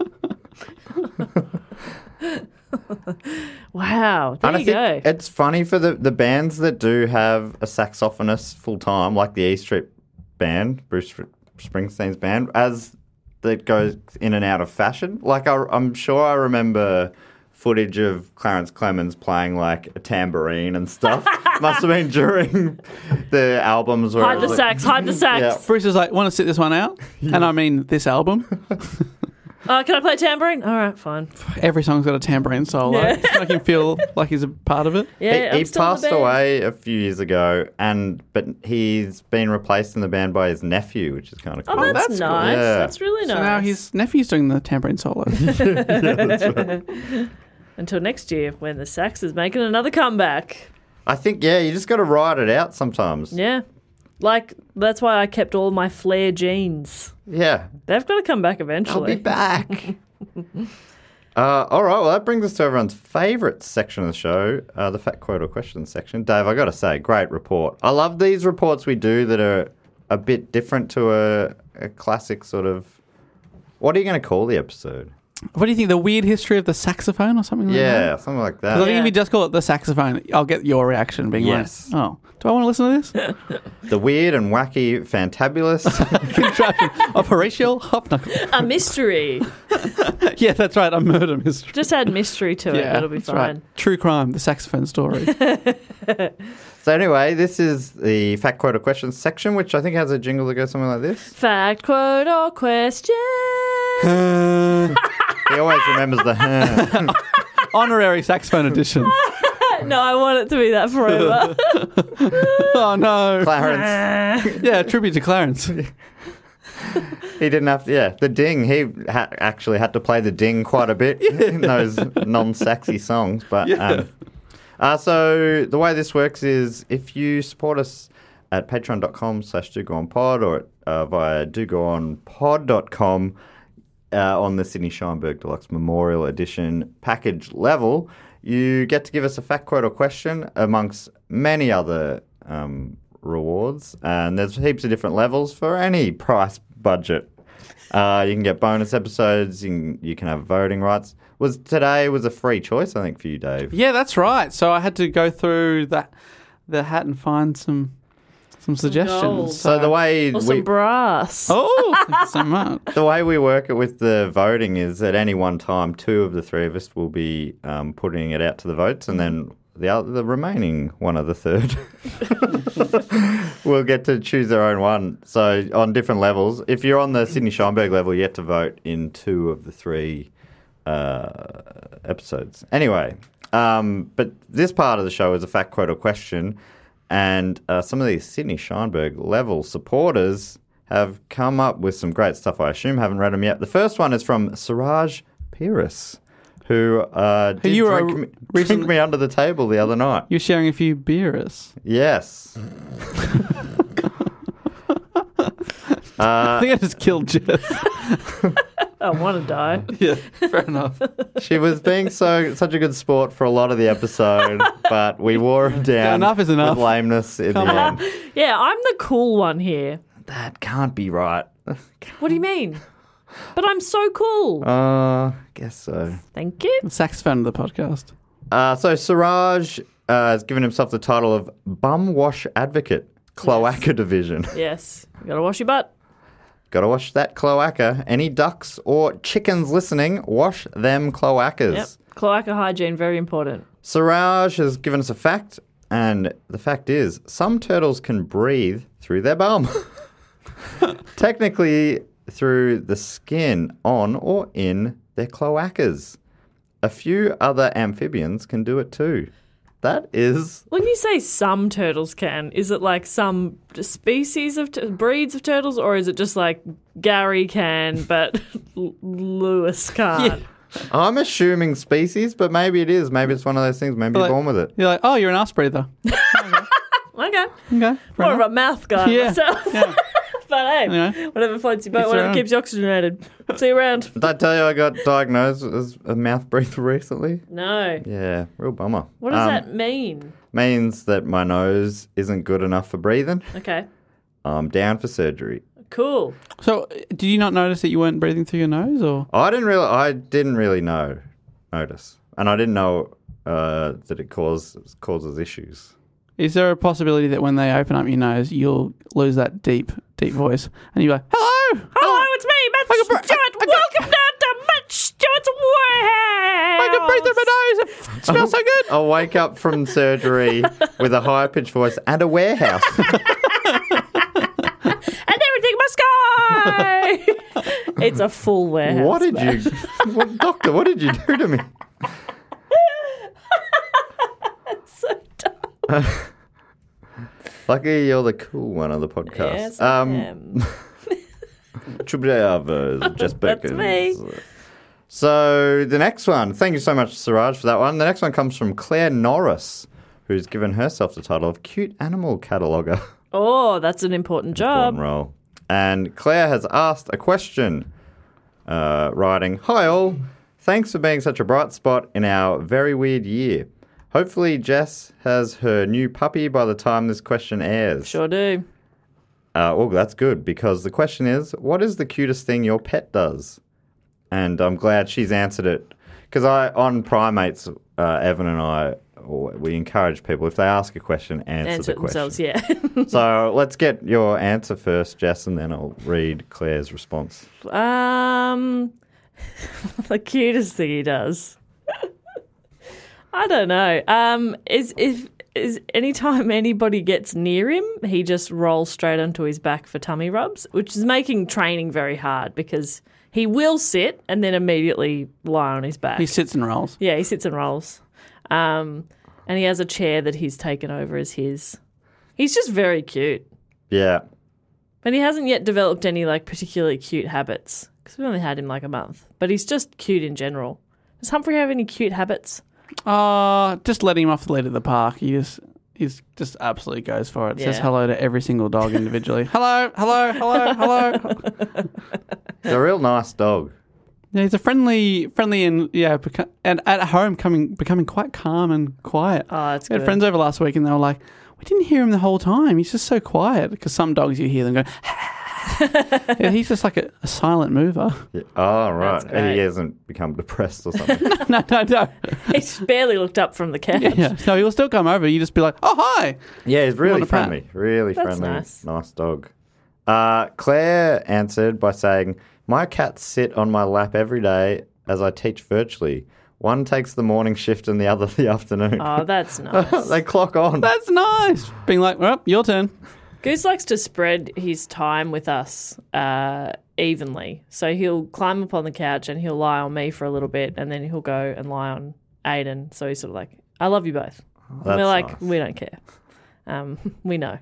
no. wow. There
and
you
I
go.
think It's funny for the, the bands that do have a saxophonist full time, like the E Street band, Bruce Fr- Springsteen's band, as that goes in and out of fashion. Like I, I'm sure I remember footage of Clarence Clemens playing like a tambourine and stuff. Must have been during the albums. Where it
Hide the
was like-
sax, hide the sax.
Yeah.
Bruce is like, want to sit this one out? And I mean this album.
Uh, can I play tambourine? All right, fine.
Every song's got a tambourine solo.
Yeah.
Just make him feel like he's a part of it.
Yeah,
he
I'm
he
still in the
passed
band.
away a few years ago, and but he's been replaced in the band by his nephew, which is kind of
Oh,
cool.
that's, nice.
Yeah.
That's really
So
nice.
now his nephew's doing the tambourine solo.
Until next year, when the sax is making another comeback.
I think yeah, you just got to ride it out sometimes.
Yeah. Like, that's why I kept all my flare jeans.
Yeah.
They've got to come back eventually.
I'll be back. Uh, all right, well, that brings us to everyone's favourite section of the show, uh, the fact quote or question section. Dave, I got to say, great report. I love these reports we do that are a bit different to a, a classic sort of. What are you going to call the episode?
what do you think? The weird history of the saxophone or something like that?
Yeah, something like that.
Because I think if you just call it the saxophone, I'll get your reaction being
Yes.
like, oh, do I want to listen to
The weird and wacky fantabulous.
this? Contraption of Horatio Hopknuckle.
A mystery.
yeah, that's right. A murder mystery.
Just add mystery to it.
yeah,
It'll be
that's
fine.
Right. True crime, the saxophone story.
so, anyway, this is the fact quote or question section, which I think has a jingle that goes something like this.
Fact, quote, or question.
He always remembers the.
Honorary saxophone edition.
no, I want it to be that forever.
Oh, no.
Clarence.
Yeah, tribute to Clarence.
He didn't have to, yeah. The ding, he ha- actually had to play the ding quite a bit in those non sexy songs. But um, uh, so the way this works is if you support us at patreon.com slash do go on pod or uh, via do go on pod.com uh, on the Sydney Scheinberg Deluxe Memorial Edition package level, you get to give us a fact quote or question amongst many other um, rewards. And there's heaps of different levels for any price budget. Uh, you can get bonus episodes. You can, you can have voting rights. Was today was a free choice, I think, for you, Dave.
Yeah, that's right. So I had to go through that the hat and find some some
gold.
suggestions.
So the way
or some
we,
brass.
oh, thank you so much.
the way we work it with the voting is at any one time, two of the three of us will be um, putting it out to the votes, and then the other, the remaining one of the third will get to choose their own one. So on different levels, if you're
Mm.
on the Sydney Scheinberg level, you have to vote in two of the three uh, episodes. Anyway, um, but this part of the show is a fact, quote, or question. And uh, some of these Sydney Scheinberg level supporters have come up with some great stuff, I assume. Haven't read them yet. The first one is from Siraj Pyrrhus, who uh, did
you were
drink,
a-
me, drink
recently-
me under the table the other night.
You're sharing a few beers.
Yes.
I think I just killed Jess.
I want to die.
yeah, fair enough.
She was being so such a good sport for a lot of the episode, but we wore her down.
Enough is enough.
With lameness in
Come
the
on.
end.
Yeah, I'm the cool one here.
That can't be right.
What do you mean? But I'm so cool.
Uh, guess so.
Thank you.
Saxophone of the podcast.
Uh, so Siraj uh, has given himself the title of Bum Wash Advocate, Cloaca Division.
Yes. You gotta wash your butt.
Gotta wash that cloaca. Any ducks or chickens listening, wash them cloacas.
Yep. Cloaca hygiene, very important.
Siraj has given us a fact, and the fact is some turtles can breathe through their bum. Technically, through the skin on or in their cloacas. A few other amphibians can do it too. That is
When you say some turtles can, is it like some species of t- breeds of turtles, or is it just like Gary can, but L- Lewis can't?
I'm assuming species, but maybe it is. Maybe it's one of those things. Maybe you're
Like-
born with it.
You're like, oh, you're an ass breather.
Okay.
Okay. fair
More
enough.
of a mouth guy
Yeah.
myself.
Yeah.
fun, eh?
Yeah.
Whatever floats your boat,
It's
whatever
around.
keeps you oxygenated. See you around.
Did I tell you I got diagnosed as a mouth breather recently?
No.
Yeah, real bummer.
What does
Um,
that mean?
Means that my nose isn't good enough for breathing.
Okay.
I'm um, down for surgery.
Cool.
So, did you not notice that you weren't breathing through your nose, or
I didn't really, I didn't really know, notice, and I didn't know uh, that it cause, causes issues.
is there a possibility that when they open up your nose, you'll lose that deep, deep voice, and you're like, "Hello,
Oh,
Oh,
hello, it's me, Matt Stewart. Welcome down to Matt Stewart's warehouse. I can breathe through
my nose. It smells so good.
I wake up from surgery with a high pitched voice and a warehouse.
and everything must go. it's a full warehouse.
what did
man.
you, what, doctor? What did you do to me?
so dumb.
Lucky you're the cool one on the podcast. Um,
Yes, I
Triple J Arvos, Jess
That's
Perkins.
me.
So the next one, thank you so much, Siraj, for that one. The next one comes from Claire Norris, who's given herself the title of Cute Animal Cataloguer.
Oh, that's an important job.
One role. And Claire has asked a question, uh, writing, Hi all, thanks for being such a bright spot in our very weird year. Hopefully, Jess has her new puppy by the time this question airs. Sure
do.
Uh, oh, that's good because the question is, what is the cutest thing your pet does? And I'm glad she's answered it because I on primates, uh, Evan and I, we encourage people if they ask a question, answer,
Answer
the
it
question.
themselves, yeah.
so let's get your answer first, Jess, and then I'll read Claire's response.
Um, the cutest thing he does. I don't know. Um, is if is anytime anybody gets near him, he just rolls straight onto his back for tummy rubs, which is making training very hard because he will sit and then immediately lie on his back.
he sits and rolls."
Yeah, he sits and rolls. Um, and he has a chair that he's taken over as his. He's just very cute.
Yeah,
But he hasn't yet developed any like particularly cute habits because we only had him like a month. But he's just cute in general. Does Humphrey have any cute habits?
Uh, just letting him off the lead at the park. He just he's just absolutely goes for it. Says
Yeah.
hello to every single dog individually. hello, hello, hello, hello.
he's a real nice dog.
Yeah, he's a friendly, friendly, and yeah, beco- and at home coming becoming quite calm and quiet.
Oh, that's
We had
good.
friends over last week, and they were like, "We didn't hear him the whole time. He's just so quiet." Because some dogs you hear them go, yeah, he's just like a, a silent mover.
Yeah. Oh right,
great.
he hasn't become depressed or something.
no, no, no.
He's barely looked up from the couch.
Yeah, yeah. no, he'll still come over. You just be like, "Oh hi."
Yeah, he's
You want
really
a prat?
friendly. Really
That's
friendly.
nice.
dog. Uh, Claire answered by saying, My cats sit on my lap every day as I teach virtually. One takes the morning shift and the other the afternoon.
Oh, that's nice.
they clock on.
That's nice. Being like, well, your turn.
Goose likes to spread his time with us uh, evenly. So he'll climb up on the couch and he'll lie on me for a little bit and then he'll go and lie on Aiden. So he's sort of like, I love you both. And
that's
we're like,
nice.
we don't care. Um, we know.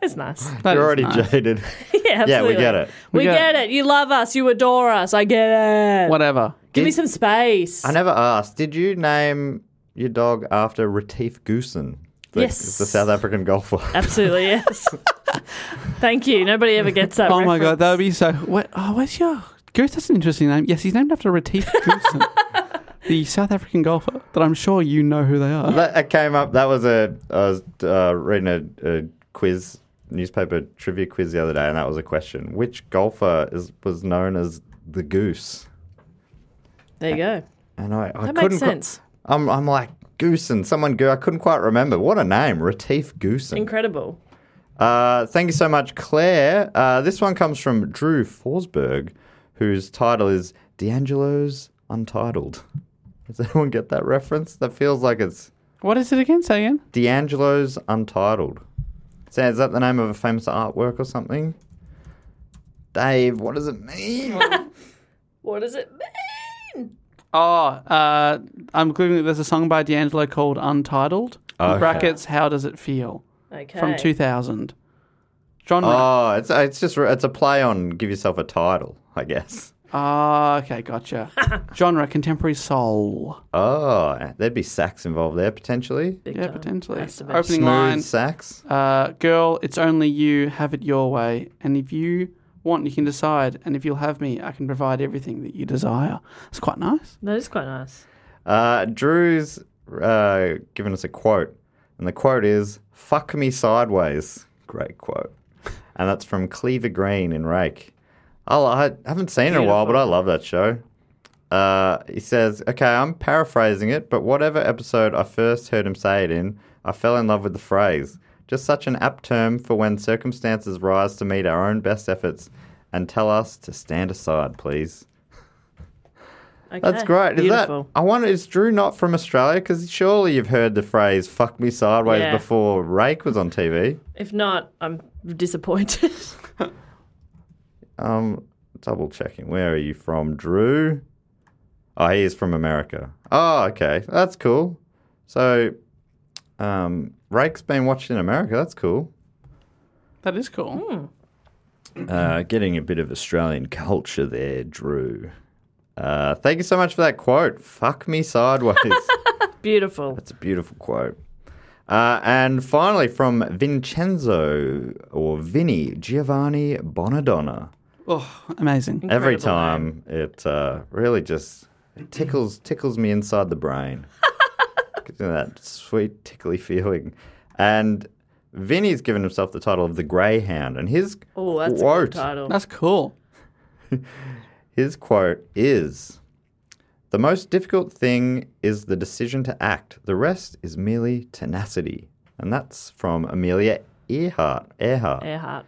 it's nice.
You're already jaded.
yeah, absolutely.
Yeah, we get it.
We, get, it. You love us. You adore us. I get it.
Whatever.
Give me
Did-
some space.
I never asked. Did you name your dog after Retief Goosen? The,
Yes.
The South African golfer.
Absolutely, yes. Thank you. Nobody ever gets that.
oh my god, that would be so. What, oh, where's your Goose? That's an interesting name. Yes, he's named after Retief Goosen, the South African golfer that I'm sure you know who they are.
that, that came up. That was a. I was uh, reading a, a quiz, newspaper trivia quiz the other day, and that was a question: Which golfer is was known as the goose?
There you go.
And I, I
That makes
couldn't. qui-
sense.
I'm, I'm like Goosen. Someone go. I couldn't quite remember what a name. Retief Goosen.
Incredible.
Uh, thank you so much, Claire. Uh, this one comes from Drew Forsberg, whose title is D'Angelo's Untitled. Does anyone get that reference? That feels like it's
What is it again? Say again.
D'Angelo's Untitled. So is that the name of a famous artwork or something? Dave, what does it mean?
What does it mean?
Oh, uh, I'm googling. There's a song by D'Angelo called "Untitled." in
Okay.
Brackets. How does it feel?
Okay.
From 2000. Genre. Uh,
oh, it's it's just it's a play on give yourself a title, I guess.
Ah, okay, gotcha. Genre contemporary soul.
Oh, there'd be sax involved there potentially.
yeah, potentially.
Masturbation.
Opening
Smooth
line.
sax.
Uh, girl, it's only you. Have it your way. And if you want, you can decide. And if you'll have me, I can provide everything that you desire. It's quite nice.
That is quite nice.
Uh, Drew's uh, given us a quote, and the quote is "Fuck me sideways." Great quote, and that's from Cleaver Green in Rake. I'll, I haven't seen it in a while, but I love that show. Uh, he says, "Okay, I'm paraphrasing it, but whatever episode I first heard him say it in, I fell in love with the phrase. Just such an apt term for when circumstances rise to meet our own best efforts, and tell us to stand aside, please."
Okay.
That's great. Is
Beautiful.
that? I wonder. Is Drew not from Australia? Because surely you've heard the phrase "fuck me sideways"
Yeah.
before Rake was on TV.
If not, I'm disappointed.
Um, double checking. Where are you from, Drew? Oh, he is from America. Oh, okay, that's cool. So, um, Rake's been watched in America. That's cool.
That is cool.
Hmm.
Uh, getting a bit of Australian culture there, Drew. Uh, thank you so much for that quote. Fuck me sideways.
Beautiful.
That's a beautiful quote. Uh, and finally, from Vincenzo or Vinny Giovanni Bonadonna.
Oh, amazing.
Every time it uh, really just it tickles tickles me inside the brain. Gives me that sweet tickly feeling. And Vinny's given himself the title of the Greyhound, and his
Oh, that's a
quote
good title.
That's cool.
his quote is The most difficult thing is the decision to act. The rest is merely tenacity. And that's from Amelia Earhart. Earhart.
Earhart.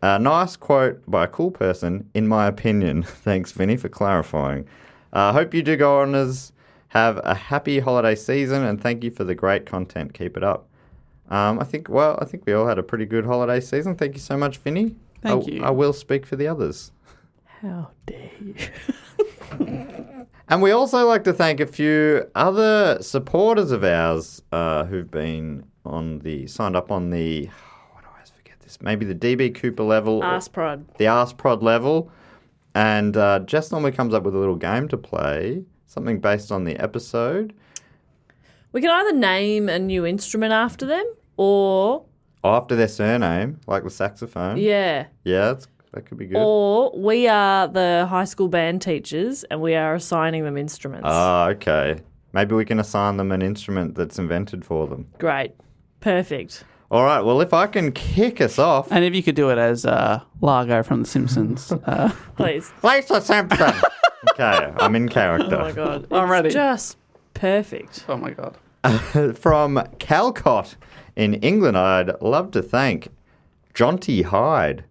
A nice quote by a cool person, in my opinion. Thanks, Vinny, for clarifying. I hope you do go on as have a happy holiday season and thank you for the great content. Keep it up. Um, I think, well, I think we all had a pretty good holiday season. Thank you so much, Vinny.
Thank
I-
you.
I will speak for the others.
How dare you?
And we also like to thank a few other supporters of ours uh, who've been on the signed up on the what do I always forget this maybe the DB Cooper level, or
Ass prod.
the Ask Prod level, and uh, Jess normally comes up with a little game to play, something based on the episode.
We can either name a new instrument after them or,
After their surname, like the saxophone.
yeah,
Yeah, that's, that could be good.
or we are the high school band teachers and we are assigning them instruments.
Ah, okay. Maybe we can assign them an instrument that's invented for them.
Great. Perfect.
All right. Well, if I can kick us off.
And if you could do it as uh, Largo from The Simpsons. Uh,
Please.
Lisa Simpson. okay, I'm in character.
Oh my God.
I'm
It's
ready.
Just perfect.
oh my God.
From Calcott in England, I'd love to thank Jonty Hyde,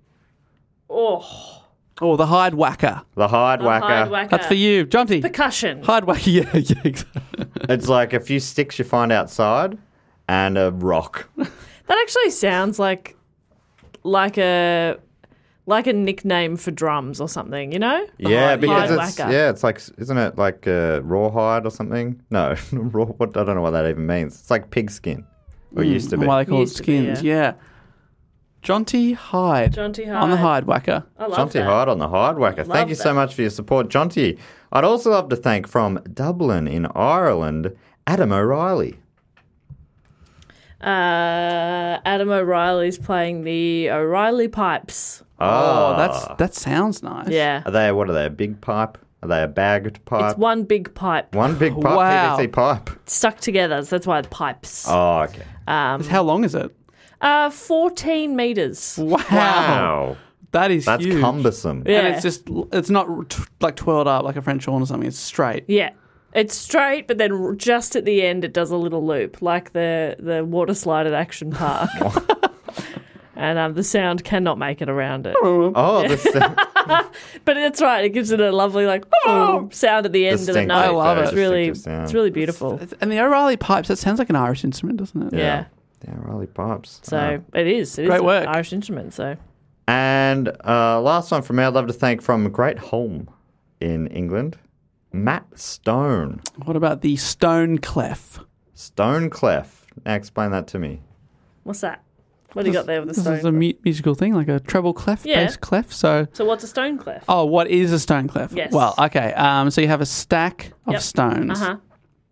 Oh,
Oh, the Hyde Whacker.
the Hyde
the
Whacker.
hide whacker.
That's for you, Jonty.
Percussion.
Hyde Whacker. Yeah, yeah, exactly.
It's like a few sticks you find outside and a rock.
That actually sounds like like a like a nickname for drums or something, you know? The
yeah,
hide-
because
hide
it's
whacker.
yeah, it's like isn't it like uh, rawhide or something? No, raw. What I don't know what that even means. It's like pigskin. Or
Hmm.
used to be.
Why they call it
Used to be,
skins. yeah. Jonty Hyde.
Jonty
On the
Hyde.
Hyde Whacker.
I love
Jonty
that.
Hyde on the Hyde Whacker.
Love
Thank you so much for your support, Jonty. I'd also love to thank from Dublin in Ireland, Adam O'Reilly.
Uh, Adam O'Reilly's playing the O'Reilly pipes.
Ah.
Oh, that's that sounds nice.
Yeah.
Are they what are they? A big pipe? Are they a bagged pipe?
It's one big pipe
One big pipe,
Wow.
PVC pipe.
stuck together, so that's why the pipes.
Oh, okay.
How long is it?
Uh, 14 meters.
Wow.
Wow,
That is
that's
huge.
cumbersome.
Yeah.
And it's just it's not t- like twirled up like a French horn or something. It's straight.
Yeah. It's straight, but then r- just at the end, it does a little loop, like the, the water slide at Action Park. and um, the sound cannot make it around it.
Oh, this
But that's right. It gives it a lovely like
Oh.
sound at the end of the
Distinct,
note.
I love
it's
it.
really,
distinctive sound.
it's really beautiful.
It's- And the O'Reilly pipes. That sounds like an Irish instrument, doesn't it?
Yeah.
yeah, Riley pipes.
So
Uh,
it is. It is
Great
an
work.
Irish instrument. So
and uh, last one from me, I'd love to thank from Great Holm in England, Matt Stone.
What about the stone clef?
Stone Clef. Now explain that to me.
what's that? What do you got there with the
This
stone?
is a mu- musical thing, like a treble clef,
Yeah.
bass clef. So,
So what's a stone clef?
oh, what is a stone clef?
Yes.
Well, okay. Um, so you have a stack of
Yep.
stones,
Uh-huh.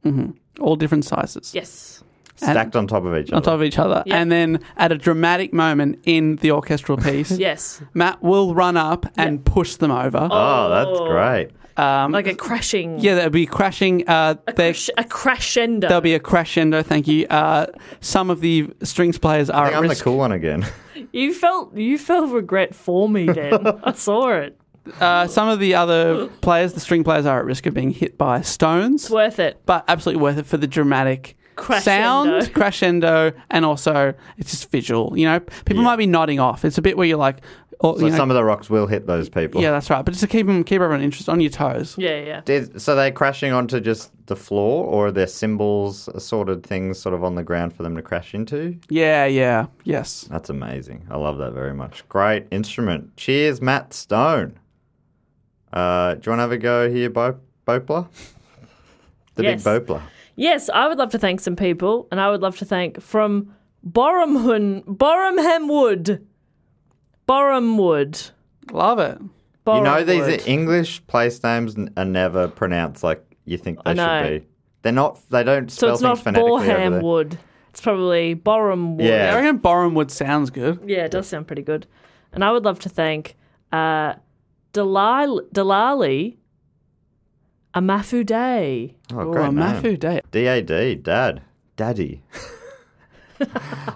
hmm all different sizes.
Yes.
Stacked on top of each
on
other.
top of each other.
Yeah.
And then at a dramatic moment in the orchestral piece,
Yes.
Matt will run up and push them over.
Oh, that's great.
Um,
Like a crashing.
yeah, there'll be crashing. Uh, there,
A crescendo.
there'll be a crescendo. Thank you. Uh, some of the strings players are.
I think
at
I'm the
risk.
cool one again.
You felt you felt regret for me then. I saw it.
Uh, some of the other players, the string players, are at risk of being hit by stones.
It's worth it.
but absolutely worth it for the dramatic sound, crescendo, and also it's just visual. You know, people might be nodding off. It's a bit where you're like, oh,
So
you know,
some of the rocks will hit those people.
yeah, that's right. But just to keep 'em- keep everyone interested on your toes.
Yeah, yeah.
Did, so they're crashing onto just the floor, or are there symbols, assorted things sort of on the ground for them to crash into?
Yeah, yeah, yes.
That's amazing. I love that very much. Great instrument. Cheers, Matt Stone. Uh, do you want to have a go here, Bo- Bopla? The
Yes.
big Bopla.
Yes, I would love to thank some people, and I would love to thank from Borumhun Borumham Wood. Borham Wood.
Love it.
you know,
Borham
these
Wood.
English place names n- are never pronounced like you think
I
they
know.
should be. They're not. They don't
So
spell
it's not
things phonetically over
Borham
there.
Wood. It's probably Borham Wood.
Yeah.
I reckon Boreham Wood sounds good.
Yeah, it does sound pretty good. And I would love to thank uh, Dalal- Dalali Amafu Day.
Oh,
Ooh,
great
a
name.
Mafu Day.
D A D. Dad. Daddy.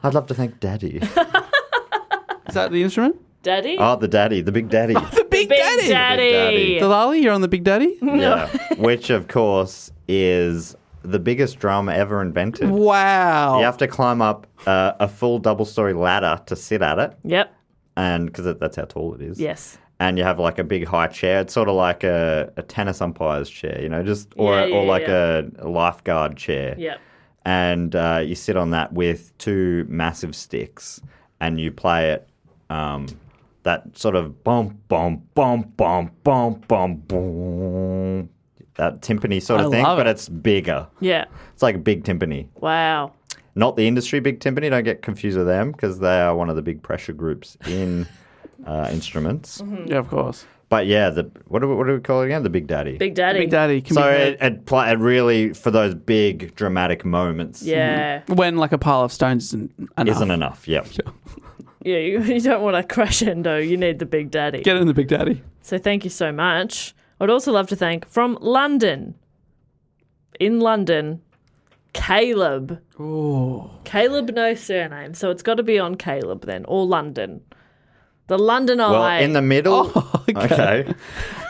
I'd love to thank Daddy.
Is that the instrument?
Daddy?
Oh, the daddy, the big daddy.
The Big, Daddy.
Daddy.
Delali, you're on the Big Daddy?
yeah. Which, of course, is the biggest drum ever invented.
Wow.
You have to climb up uh, a full double story ladder to sit at it,
Yep.
and because that's how tall it is.
Yes.
And you have like a big high chair. It's sort of like a, a tennis umpire's chair, you know, just or,
Yeah, yeah,
or like
yeah.
a lifeguard chair.
Yep.
And uh, you sit on that with two massive sticks, and you play it. Um, that sort of bump, bump, bump, bump, bump, bump, boom. That timpani sort of
I
thing,
love
but
it.
it's bigger.
Yeah.
It's like a big timpani
Wow.
not the industry big timpani. Don't get confused with them because they are one of the big pressure groups in uh, instruments.
Yeah, of course.
But yeah, the what do we, what do we call it again? The big daddy.
Big Daddy.
Big Daddy. Can
so
be
it, it, pl- it really for those big dramatic moments
Yeah.
when like a pile of stones isn't enough.
isn't enough. Yep.
Yeah, you, you don't want a crescendo. You need the Big Daddy.
Get in the Big Daddy.
So thank you so much. I'd also love to thank from London, in London, Caleb.
Ooh.
Caleb, no surname. So it's got to be on Caleb then, or London. The London
Well,
Eye.
in the middle.
Oh,
okay.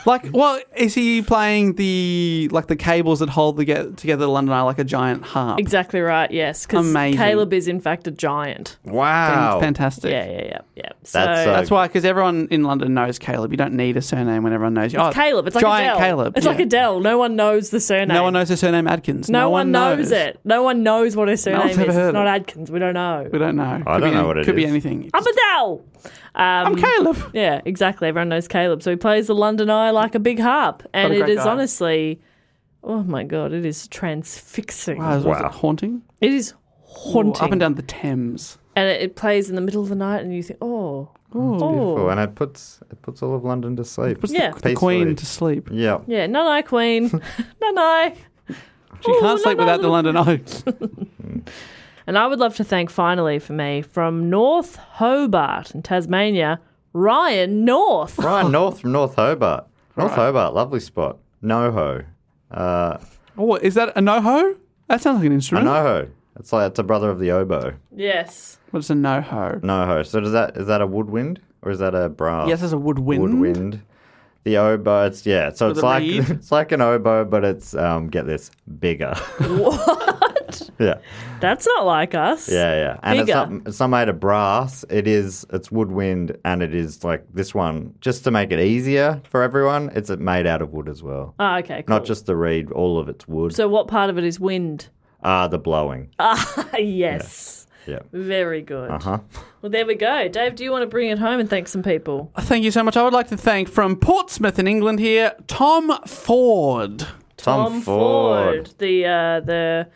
Like, well, is he playing the like the cables that hold the get together the London Eye like a giant harp?
Exactly right, yes. Because
Amazing.
Caleb is, in fact, a giant.
Wow.
Fantastic.
Yeah, yeah, yeah, yeah. So
That's, uh,
That's why, because everyone in London knows Caleb. You don't need a surname when everyone knows you. oh,
Caleb, it's like
giant
Adele.
Caleb.
It's
yeah.
like Adele. No one knows the surname.
No one knows the surname Adkins.
No, one, knows. it. No one knows what her surname
one's
is.
ever
It's
heard
not
it.
Adkins. We don't know.
We don't know.
I don't
be
know
any-
what it
Could be
is.
anything.
I'm Adele. Um,
I'm Caleb.
Yeah, exactly. Everyone knows Caleb. So he plays the London Eye like a big harp. And
a
it
great
is
guy.
honestly, oh my God, it is transfixing.
Wow. is- was
Wow.
it haunting?
It is haunting.
Ooh, up and down the Thames.
And it, it plays in the middle of the night, and you think, oh,
Beautiful.
oh.
And it puts it puts all of London to sleep.
Puts
Yeah.
the, the Queen
Peacefully.
to sleep.
Yeah.
Yeah, no, no, Queen. no, no.
She
Ooh,
can't sleep
Oh, no, no,
without the
no.
London Eye.
And I would love to thank, finally, for me, from North Hobart in Tasmania, Ryan North.
Ryan North from North Hobart. North Hobart, lovely spot. Noho. Uh,
Oh, what, is that a noho? That sounds like an
a
instrument.
noho. It's like it's a brother of the oboe.
Yes.
What's a noho?
No ho. So does that is that a woodwind or is that a brass?
Yes, it's a woodwind.
woodwind. The oboe, it's yeah. So it's
a
like
reed?
it's like an oboe, but it's um get this bigger. What? yeah,
That's not like us.
yeah, yeah. And it's
Bigger.
not it's not made of brass. It is it's woodwind, and it is like this one. Just to make it easier for everyone, it's made out of wood as well.
Oh, okay, cool.
Not just the reed, all of it's wood.
So, what part of it is wind?
Ah, the blowing.
Ah, yes.
Yeah.
Very good.
Uh huh.
Well, there we go. Dave, do you want to bring it home and thank some people?
Thank you so much. I would like to thank from Portsmouth in England here, Tom Ford.
Tom, Ford.
The uh, the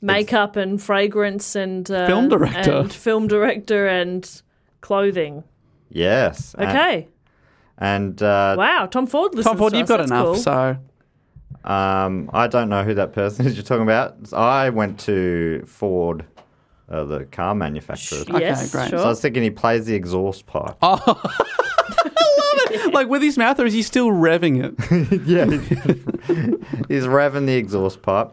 makeup and fragrance and uh,
Film director.
and film director and clothing.
Yes. and-
Okay,
And, uh,
wow, Tom Ford. Listens to us. That's cool.
so. Um, I don't know who that person is you're talking about. So I went to Ford, uh, the car manufacturer.
Okay, Yes, great.
So I
sure.
was thinking he plays the exhaust pipe.
like with his mouth, or is he still revving it?
yeah, he's revving the exhaust pipe.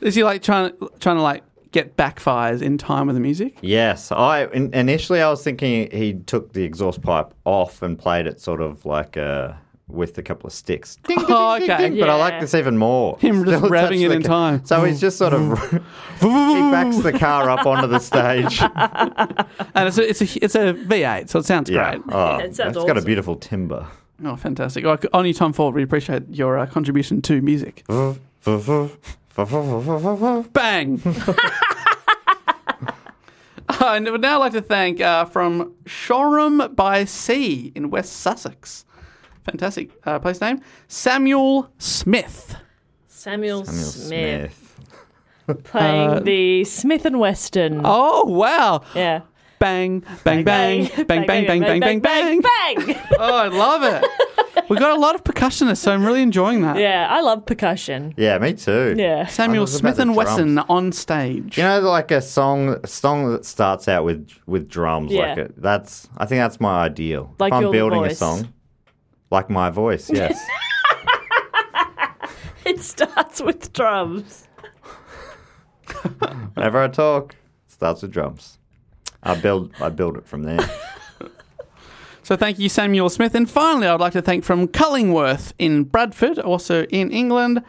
Is he like trying trying to like get backfires in time with the music?
Yes, I in, initially I was thinking he took the exhaust pipe off and played it sort of like uh, with a couple of sticks. Ding, ding,
oh,
ding,
okay.
ding, But I like this even more.
Him just
Still touch
revving it
the
in
ca-
time.
So he's just sort of he backs the car up onto the stage.
and it's a, it's a it's a V8, so it sounds
Yeah.
great.
Oh, it has got a beautiful timbre.
Oh, fantastic! Oh, on you, Tom Ford. We appreciate your uh, contribution to music. Bang! I would now like to thank uh, from Shoreham by Sea in West Sussex. Fantastic uh, place name. Samuel Smith.
Samuel, Smith, playing
Uh,
the Smith and Weston.
Oh wow!
Yeah.
Bang, bang, bang, bang, bang, bang, bang, bang, bang.
bang.
Oh, I love it. We've got a lot of percussionists, so I'm really enjoying that.
Yeah, I love percussion.
Yeah, me too.
Yeah.
Samuel
was about
Smith and
the drums.
Wesson on stage.
You know, like a song song that starts out with with drums.
Yeah.
Like a, that's I think that's my ideal.
Like
if I'm
your
building a
voice.
song, like my voice. Yes.
It starts with drums.
Whenever I talk, it starts with drums. I build I build it from there.
So thank you, Samuel Smith. And finally, I'd like to thank from Cullingworth in Bradford, also in England,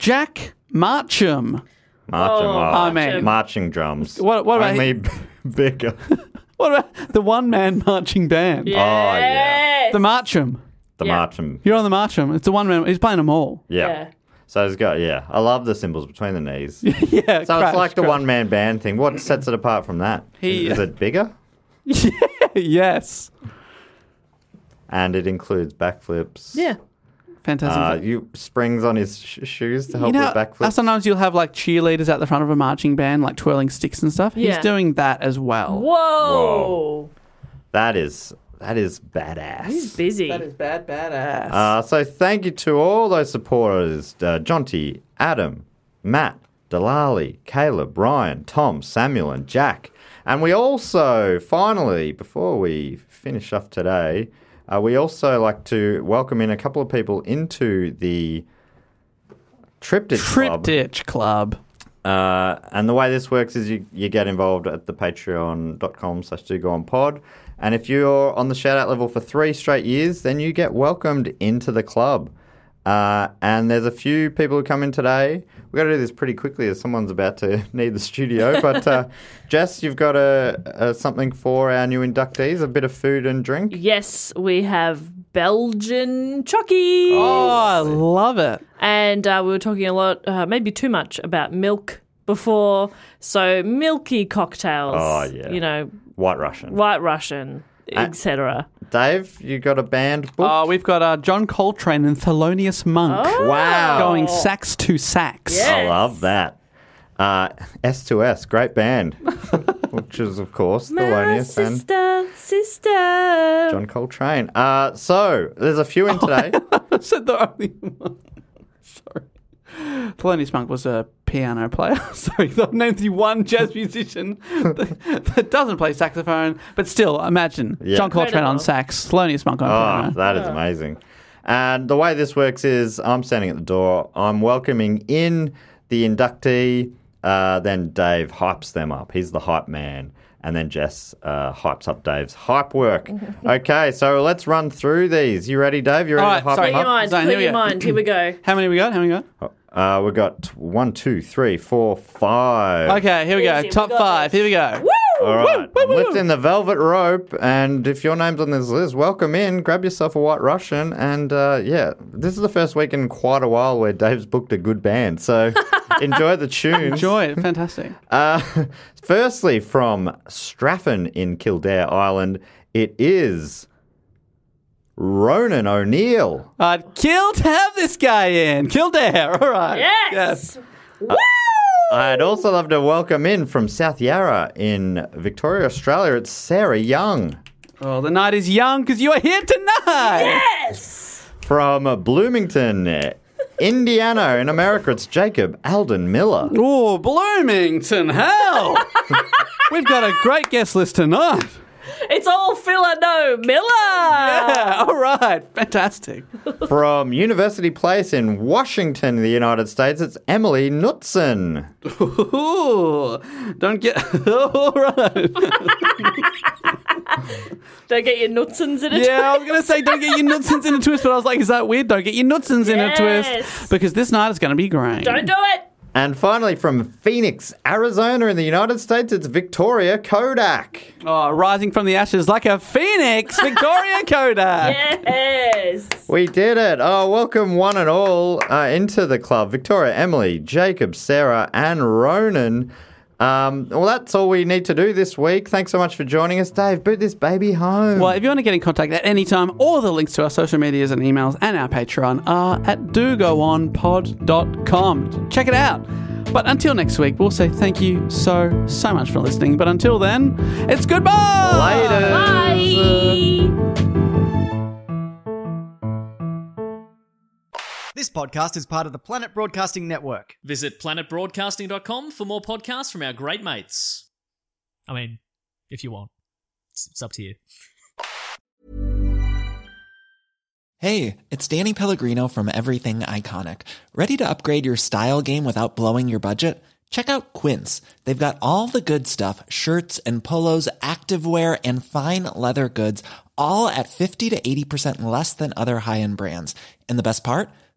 Jack Marcham.
Marching,
Oh,
oh,
I mean-
marching drums.
What- what about-
Only bigger?
What about the one man marching band?
Oh, yeah.
The Marcham.
The
Yeah.
marching.
You're on the Marcham. It's the one man. He's playing them all.
Yeah.
Yeah.
So it's got yeah. I love the cymbals between the knees.
yeah.
So
crash,
it's like the
crash.
one man band thing. What sets it apart from that?
He-
is, is it bigger?
yes.
And it includes backflips.
Yeah.
Uh,
Fantastic.
you springs on his sh- shoes to help
you know,
with backflips.
sometimes you'll have like cheerleaders at the front of a marching band, like twirling sticks and stuff.
Yeah.
He's doing that as well.
Whoa. That is that is badass.
He's busy. That
is bad, badass.
Uh, so thank you to all those supporters: uh, Jonty, Adam, Matt, Delali, Caleb, Ryan, Tom, Samuel, and Jack. And we also, finally, before we finish off today, uh, we also like to welcome in a couple of people into the Triptych Club.
Triptych Club.
Uh, and the way this works is you, you get involved at the patreon.com slash do go on pod. And if you're on the shout out level for three straight years, then you get welcomed into the club. Uh, and there's a few people who come in today. We've got to do this pretty quickly as someone's about to need the studio. But uh, Jess, you've got a, a something for our new inductees a bit of food and drink.
Yes, we have Belgian chockies.
Oh, I love it.
And uh, we were talking a lot, uh, maybe too much, about milk before. So milky cocktails.
Oh, yeah.
You know,
White Russian.
White Russian, etc.
Dave, you got a band book?
Uh, we've got uh, John Coltrane and Thelonious Monk.
Oh.
Wow.
Going sax to sax.
I love that. Uh, S2S, great band, which is, of course, Thelonious and
Sister, sister.
John Coltrane. Uh, so, there's a few in today.
said the only one. Sorry. Thelonious Monk was a piano player. Sorry, I've named the one jazz musician that, that doesn't play saxophone, but still, imagine
Yeah.
John Coltrane on sax, Thelonious Monk on
oh,
piano.
that is amazing. And the way this works is I'm standing at the door, I'm welcoming in the inductee, uh, then Dave hypes them up. He's the hype man. And then Jess uh, hypes up Dave's hype work. okay, so let's run through these. You ready, Dave? You ready
All right,
to hype
sorry.
them up?
Clear your
Mind,
Zane, here
clear
we
your
go.
mind. Here we go.
How many we got? How many we got?
Uh, we got one, two, three, four, five.
Okay, here we go.
Easy, we
Top
got
five. Here we go.
All right. I'm lifting the velvet rope, and if your name's on this list, welcome in. Grab yourself a White Russian, and uh, yeah, this is the first week in quite a while where Dave's booked a good band. So enjoy the tune.
Enjoy it. Fantastic.
Uh, firstly, from Straffan in Kildare, Ireland, it is Ronan O'Neill.
I'd kill to have this guy in. Kildare. All right.
Yes.
Woo!
I'd also love to welcome in from South Yarra in Victoria, Australia. It's Sarah Young.
Oh, the night is young because you are here tonight.
Yes.
From Bloomington, Indiana, in America, it's Jacob Alden Miller.
Oh, Bloomington, hell! We've got a great guest list tonight.
It's all filler, no Miller. Yeah,
all right, fantastic.
From University Place in Washington, the United States, it's Emily Knutson.
Ooh, don't get. all right.
Don't get your nutsins in it.
Yeah, I was gonna say don't get your nutsins in a twist, but I was like, is that weird? Don't get your nutsins in a
Yes.
twist because this night is gonna be great.
Don't do it.
And finally, from Phoenix, Arizona, in the United States, it's Victoria Kodak.
Oh, rising from the ashes like a phoenix, Victoria Kodak.
Yes.
We did it. Oh, welcome one and all uh, into the club. Victoria, Emily, Jacob, Sarah, and Ronan. Um, well, that's all we need to do this week. Thanks so much for joining us, Dave. Boot this baby home.
Well, if you want to get in contact at any time, all the links to our social medias and emails and our Patreon are at dogoonpod.com. Check it out. But until next week, we'll say thank you so, so much for listening. But until then, it's goodbye!
Later.
Bye.
This podcast is part of the Planet Broadcasting Network.
Visit planetbroadcasting.com for more podcasts from our great mates. I mean, if you want, it's, it's up to you.
Hey, it's Danny Pellegrino from Everything Iconic. Ready to upgrade your style game without blowing your budget? Check out Quince. They've got all the good stuff shirts and polos, activewear, and fine leather goods, all at 50 to 80% less than other high end brands. And the best part?